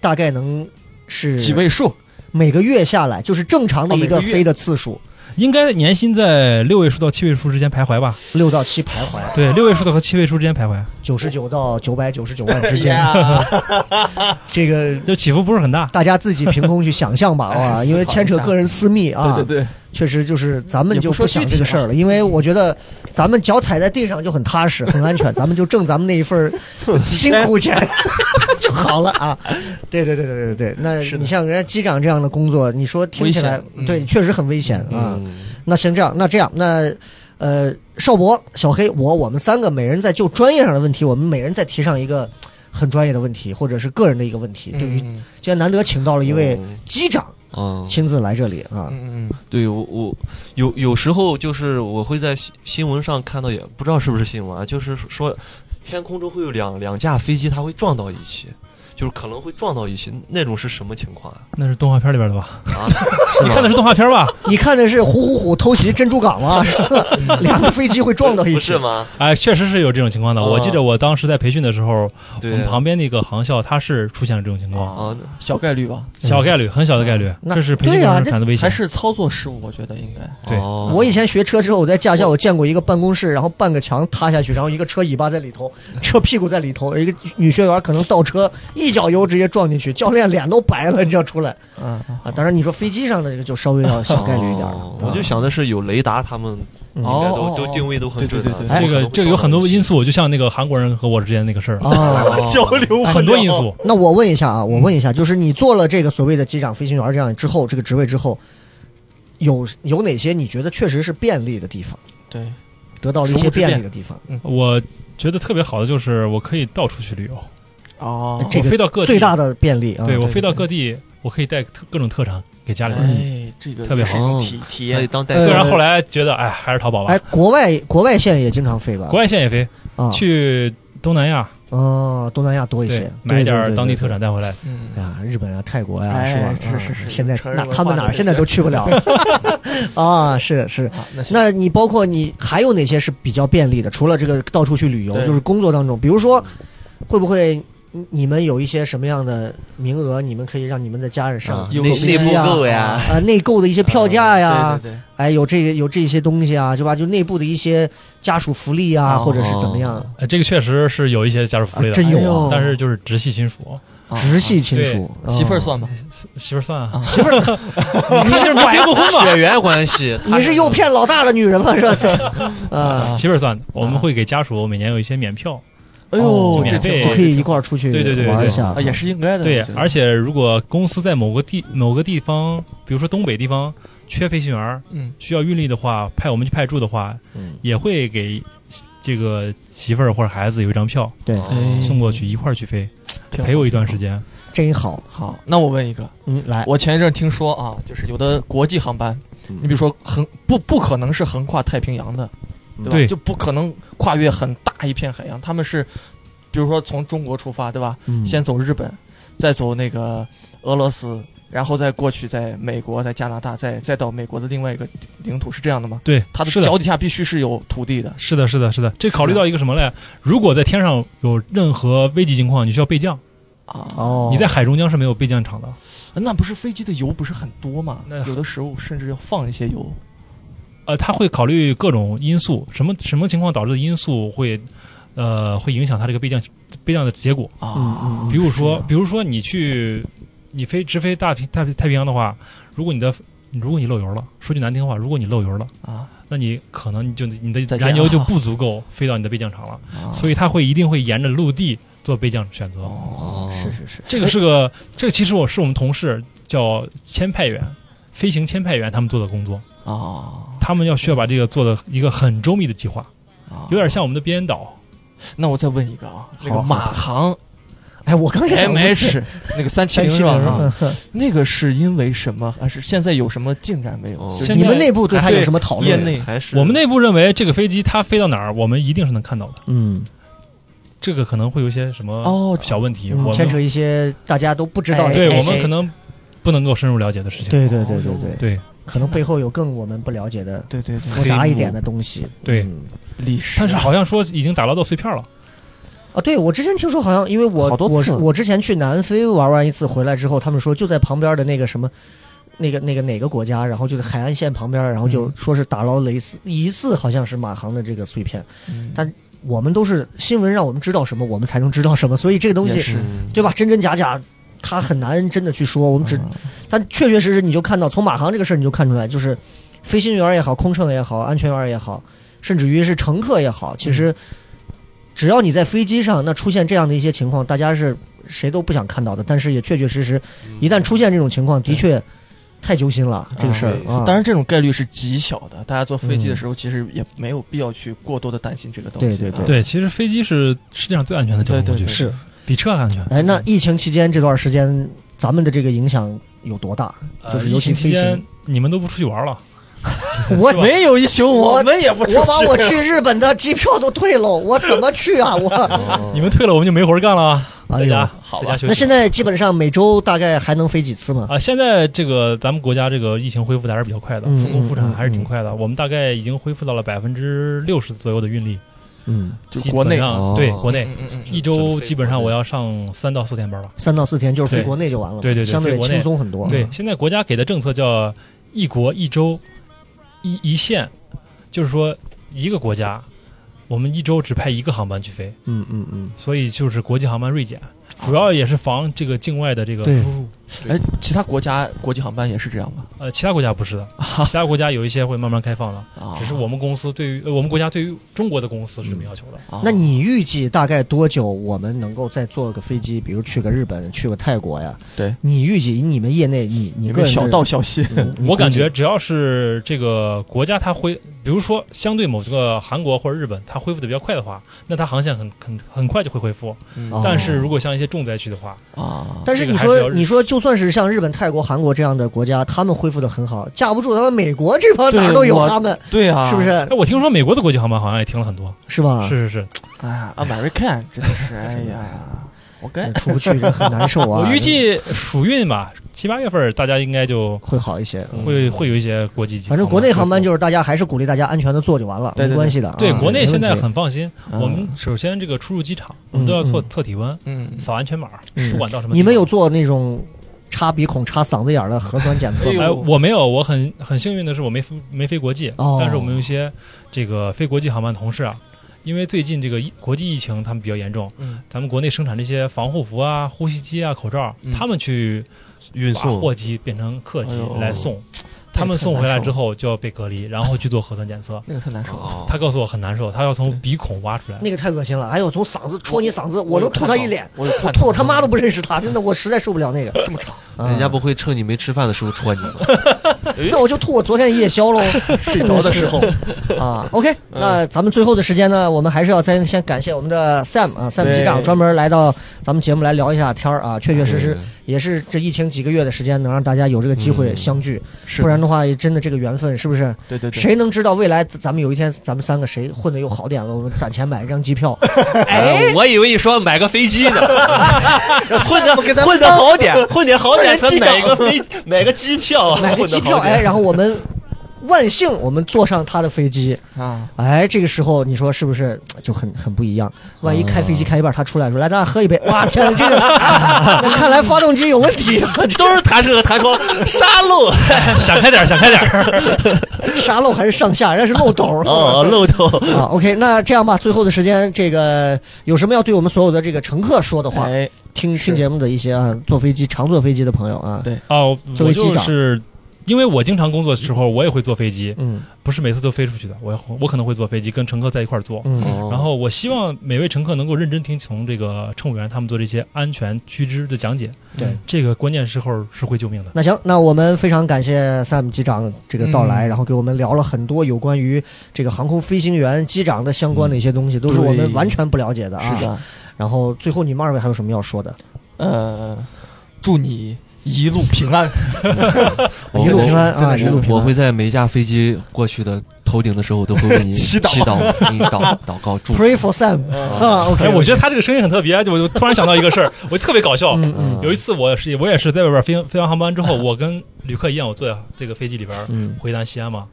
大概能是
几位数，
每个月下来，就是正常的一
哦
个
每个月
飞的次数，
应该年薪在六位数到七位数之间徘徊吧？
六到七徘徊，
对，六位数的和七位数之间徘徊，
九十九到九百九十九万之 间，
哎
这个。
就起伏不是很大。
大家自己凭空去想象 吧，啊，
哎
因为牵扯个人私密 啊，
对对对，
确实就是咱们
也
就
不说
想
具
这个
体
事儿了，因为我觉得咱们脚踩在地上就很踏实、很安全， 咱们就挣咱们那一份儿 辛苦钱就好了啊。对对对对对对，那
是的
你像人家机长这样的工作，你说听起来
危险嗯
对，确实很危险啊。
嗯
那行这样，那这样，那呃，邵博、小黑，我我们三个每人在就专业上的问题，我们每人再提上一个很专业的问题，或者是个人的一个问题。对于
嗯
哦
今天难得请到了一位机长
嗯，
亲自来这里啊。
嗯嗯
对我我有有时候就是我会在新新闻上看到，也不知道是不是新闻啊，就是说天空中会有两两架飞机，它会撞到一起，就是可能会撞到一起，那种是什么情况啊？
那是动画片里边的吧？
啊，
你看的是动画片吧？
你看的是虎虎虎偷袭珍珠港吗？ 是吧两个飞机会 撞到一
不
起
是？吗？
哎，确实是有这种情况的。
哦
我记得我当时在培训的时候，我
对，
们旁边那个航校它是出现了这种情况，
啊，
嗯，小概率吧，
小概率，很小的概率，
那
这是培训
对
过
呀
程
这
产生的危
还
险。
是操作失误，我觉得应该。
对
哦
我以前学车之后，我在驾校我见过一个办公室，然后半个墙塌下去，然后一个车尾巴在里头，
嗯
车屁股在里头，一个女学员可能倒车一脚油直接撞进去，教练脸都白了，你知道出来
嗯，嗯
啊。当然你说飞机上的这个就稍微要小概率一点了。
哦
啊
我就想的是有雷达，他们
嗯
应该
哦
都
哦
都
哦
定位都很
对
准
对
的。
对对
怎么
这
可
个
能会
这个有
撞
很
到
多
一起
因素，就像那个韩国人和我之间那个事儿，
哦
交流不
啊哎很多
了
因素。
那我问一下啊，我问一下，就是你做了这个所谓的机长、飞行员这样之后，这个职位之后，有有哪些你觉得确实是便利的地方，
对，
得到了一
职
些
务之便
便利的地方？
我觉得特别好的就是我可以到处去旅游，
哦
这
我
个
飞到各地，
最大的便利啊，
对我
对
飞到
对
各地，我可以带特各种特产给家里人。
哎，这个
特别哎
也是一种
好
体体
可以
验。
当代
呃
虽
表
然后来觉得，哎，还是淘宝吧
哎。，国外国外线也经常飞吧？
国外线也飞，
啊，
去东南亚，
哦，东南亚多一些
对，，买
对
点儿当地特。
对对对
产带回来。
嗯
对啊，日本啊，泰国呀、
哎
是吧？
是是
啊
是
现在
成人
哪
文
他们
化
哪儿
这
现在
是
都去不了 啊！是是，
啊，那行
那你包括你还有哪些是比较便利的？除了这个到处去旅游，
对
就是工作当中，比如说，会不会你你们有一些什么样的名额，你们可以让你们的家人上
啊
有
内
飞机
内部
啊
购呀
啊，内购的一些票价呀，
啊对对
哎，有这个有这些东西啊，对吧？就内部的一些家属福利啊，
哦
或者是怎么样，
呃，这个确实是有一些家属福利
啊
的，
真
有
哎呦
啊
但是就是直系亲属，
对，
直系
啊
亲属，
啊媳妇儿
哦
算吧，
媳妇儿算啊，
媳妇儿，
你是没 结过婚
血
吗？
缘关系，
你是诱骗老大的女人吗？是吧？啊，
媳妇儿算的，我们会给家属每年有一些免票，
哎
哦
呦，
免
这
费
挺
就
好
可以一块儿出去
对对对对
玩一下
啊，也是应该的。
对
我觉，得
而且如果公司在某个地某个地方，比如说东北地方缺飞行员儿，
嗯，
需要运力的话，派我们去派驻的话，
嗯
也会给这个媳妇儿或者孩子有一张票
对，
嗯
哦
送过去，一块儿去飞，
哎挺好
陪我一段时。间。
真好，
挺好，好那我问一个，
嗯，来，
我前一阵听说啊，就是有的国际航班，
嗯
你比如说横不不可能是横跨太平洋的，对吧？
对
就不可能跨越很大一片海洋，他们是，比如说从中国出发，对吧？
嗯
先走日本，再走那个俄罗斯，然后再过去，在美国，在加拿大，再再到美国的另外一个领土，是这样的吗？
对，
它的
是
脚底下必须是有土地的。
是的，是的，是的。这考虑到一个什么嘞？如果在天上有任何危急情况，你需要备降。
啊，
哦，
你在海中央是没有备降场的。
那不是飞机的油不是很多吗
那？
有的时候甚至要放一些油。
呃，他会考虑各种因素，什么什么情况导致的因素会，呃，会影响他这个备降备降的结果。
嗯
啊，
嗯
比
嗯，
如说
是啊，
比如说你去你飞直飞大平太太平洋的话，如果你的如果你漏油了，说句难听话，如果你漏油了，
啊，
那你可能你就你的
再见
燃油
啊
就不足够飞到你的备降场了，
啊
所以他会一定会沿着陆地做备降选择。
哦，
是是是，
这个是个，这个其实我是我们同事叫签派员，飞行签派员他们做的工作，
哦
啊，
他们要需要把这个做的一个很周密的计划，
啊
有点。像我们的编导，
那我再问一个啊，那
好
个马航
哎，我刚也想
M
问
H 那个三七
三
零
七
是
零
吧？
嗯
啊
哼
那个是因为什么？还是现在有什么进展没有
哦？
就是
现
你
在
们内部对他有什么讨
业
论？
内
还是
我们内部认为这个飞机它飞到哪儿，我们一定是能看到的。
嗯，
这个可能会有一些什么
哦，
小问题，
嗯
我
牵
们
扯一些大家都不知道的
哎
东
对
西，
我们可能不能够深入了解的事情。
对对对对对，
对
可能背后有更我们不了解的
对对对，
复杂一点的东西。
对
嗯
历史
但是好像说已经打捞到碎片了，
啊，对我之前听说好像，因为我
好多次
我是我之前去南非玩完一次回来之后，他们说就在旁边的那个什么。那个那个哪个国家，然后就在海岸线旁边，然后就说是打捞了一次，疑似好像是马航的这个碎片。
嗯
但我们都是新闻让我们知道什么，我们才能知道什么，所以这个东
也
西
是
嗯
对吧？真真假假，他很难真的去说。我们只
嗯
但确确实实，你就看到从马航这个事儿，你就看出来，就是飞行员也好，空乘也好，安全员也好，甚至于是乘客也好，其实只要你在飞机上，那出现这样的一些情况，大家是谁都不想看到的。但是也确确实实，一旦出现这种情况，的确太揪心了，这个事儿
对
啊。
当然，这种概率是极小的。大家坐飞机的时候，其实也没有必要去过多的担心这个东西。
对对
啊
对，其实飞机是世界上最安全的交通工
对对
具，
对
是，
比车还安全。
哎，那疫情期间这段时间，咱们的这个影响有多大？
呃
就是尤其
疫情期
飞
间
行，，
你们都不出去玩了，
我
是吧
没有一宿，
我
我们也不出去。
我把我去日本的机票都退了，我怎么去啊？我
你们退了，我们就没活儿干了啊，
哎
在家
呀，
好吧，在家休
那
息
现。在基本上每周大概还能飞几次吗？
啊，现在这个咱们国家这个疫情恢复的还是比较快的，
嗯
复工复产
嗯
还是挺
嗯
快的。我们大概已经恢复到了百分之六十左右的运力，
嗯，
就
基
国
本
内
上
哦
对国内
嗯嗯嗯嗯
一周基本上我要上三到四天班吧。
三到四天就是飞
对
国内就完了嘛，
对对对
相对
飞国内
轻松很多。啊
对，现在国家给的政策叫“一国一州一一线”，就是说一个国家，我们一周只派一个航班去飞，
嗯嗯嗯，啊
所以就是国际航班锐减，主要也是防这个境外的这个
对
输入。
哎，其他国家国际航班也是这样 吧？
呃，其他国家不是的，
啊
其他国家有一些会慢慢开放的，
啊，
只是我们公司对于、呃我们国家对于中国的公司是没要求的。
啊，
那你预计大概多久我们能够再坐个飞机，比如去个日本、去个泰国呀？
对，
你预计你们业内你你
有
个
没
人嗯
有小道消息？
我感觉
你
只要是这个国家它恢，比如说相对某这个韩国或者日本，它恢复的比较快的话，那它航线很很很快就会恢复。
哦
但是如果像一些重灾区的话，
嗯啊，
但是
这个
你
还是
说
要，日
你说就算是像日本、泰国、韩国这样的国家，他们恢复的很好，架不住他们美国这帮哪儿
对
都有
我
他们，
对啊，
是不？是？
哎，我听说美国的国际航班好像也停了很多。
是 吧？
是是是，
哎呀，American 真的是，哎呀，活该
嗯。出不去这很难受啊。
我预计暑运吧，七八月份儿大家应该就
会好一些。嗯
会会有一些国际。
反正国内航班
就
就是大家还是鼓励大家安全的坐就完了，
对对
没关系的啊。
对
没
国内现在
问题啊
很放心。
嗯
我们首先这个出入机场，我们都要测测体温、
嗯，
扫安全码，
嗯
不管到什么。
你们有？做那种插鼻孔、插嗓子眼儿的核酸检测
哎
吗？
哎，
呦
我没有，我很很幸运的是我没飞没飞国际，
哦
但是我们有一些这个飞国际航班同事啊，因为最近这个疫国际疫情他们比较严重，
嗯
咱们国内生产这些防护服啊、呼吸机啊、口罩，
嗯
他们去
运
把
送
货机变成客机
哎呦
来送，他们送回来之后就要被隔离，然后去做核酸检测。
那个太难受了。
哦
他告诉我很难受，他要从鼻孔挖出来。
那个太恶心了，哎呦，从嗓子戳你嗓子，我能吐他一脸，，
我有看
我
到
吐我他妈都不认识他，真的，我实在受不了那个。
这么长，
啊
人家不会趁你没吃饭的时候戳你吗？
那我就吐我昨天的夜宵喽，睡着的时候 啊。OK，那咱们最后的时间呢，我们还是要再先感谢我们的 Sam 啊，Sam
对
机长专门来到咱们节目来聊一下天儿啊，确确实实
对
也是这疫情几个月的时间，能让大家有这个机会
嗯
相聚，
是
不然的话，也真的这个缘分是不是？
对对对，
谁能知道未来咱们有一天咱们三个谁混的又好点了，我们攒钱买一张机票，
哎，我以为你说买个飞机呢，混的
给咱
混的好点，混的好点，
私
咱
人机长
买个飞买个机票啊，
买个
混
机
得
票，
好点
哎，然后我们万幸我们坐上他的飞机，
啊，
哎，这个时候你说是不是就很很不一样？万一开飞机开一半，他出来说：“来，咱俩喝一杯。”哇，天哪，这个那看来发动机有问题，
都是弹射和弹窗，沙漏
想开点儿，想开点儿。
啥漏还是上下，人家是漏斗。
哦， 漏洞。
啊，OK，那这样吧，最后的时间，这个有什么要对我们所有的这个乘客说的话？
哎，
听
是
听节目的一些啊，坐飞机常坐飞机的朋友啊，
对
哦，
作
我
为机
就
长
是因为我经常工作的时候，我也会坐飞机，
嗯
不是每次都飞出去的，我也我可能会坐飞机跟乘客在一块儿坐。
嗯
哦
然后我希望每位乘客能够认真听从这个乘务员他们做这些安全须知的讲解，
对，
这个关键时候是会救命的。
那行，那我们非常感谢 Sam 机长这个到来，
嗯
然后给我们聊了很多有关于这个航空飞行员、机长的相关的一些东西，都是我们
对
完全不了解的啊。
是的，
然后最后你们二位还有什么要说的？
呃，祝你一路平安。
哦
一路平安
真
啊，
的
一
是
路平
我
安。
会在每一架飞机过去的头顶的时候，我都会为你
祈祷
祈祷、给你祷祷告、祝福。
Pray for Sam 啊，OK，
哎，我觉得他这个声音很特别，就我就突然想到一个 事儿，我特别搞笑。
嗯嗯
有一次我是我也是在外边飞飞完航班 之后，我跟旅客一样，我坐在这个飞机里边儿
嗯
回南西安嘛，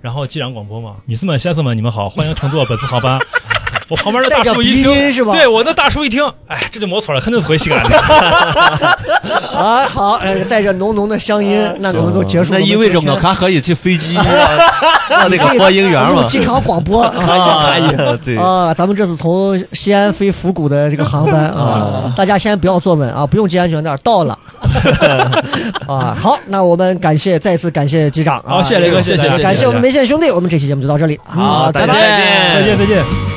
然后机长广播嘛，女士们、先生们，你们好，欢迎乘坐本次航 班。我旁边的大叔一
带着鼻音
听
是吧
对我那大叔一听，哎，这就没错了，肯定是回西安 的。
啊，好，呃带着浓浓的乡音，那我们都结束了。
那意味着我
们
还可以去 飞机啊，上那个播音员
入
嘛。
机场广播啊。
以，可以，对，
啊，咱们这次从西安飞府谷的这个航班啊，大家先不要坐稳啊，不用系安全带，到了。 啊，好，那我们感谢，再次感谢机长啊，
好，谢谢雷哥，
谢谢
大家
谢谢
感谢我们梅县兄弟，我们这期节目就到这里，
好
嗯
再
拜拜
见
再见，再见。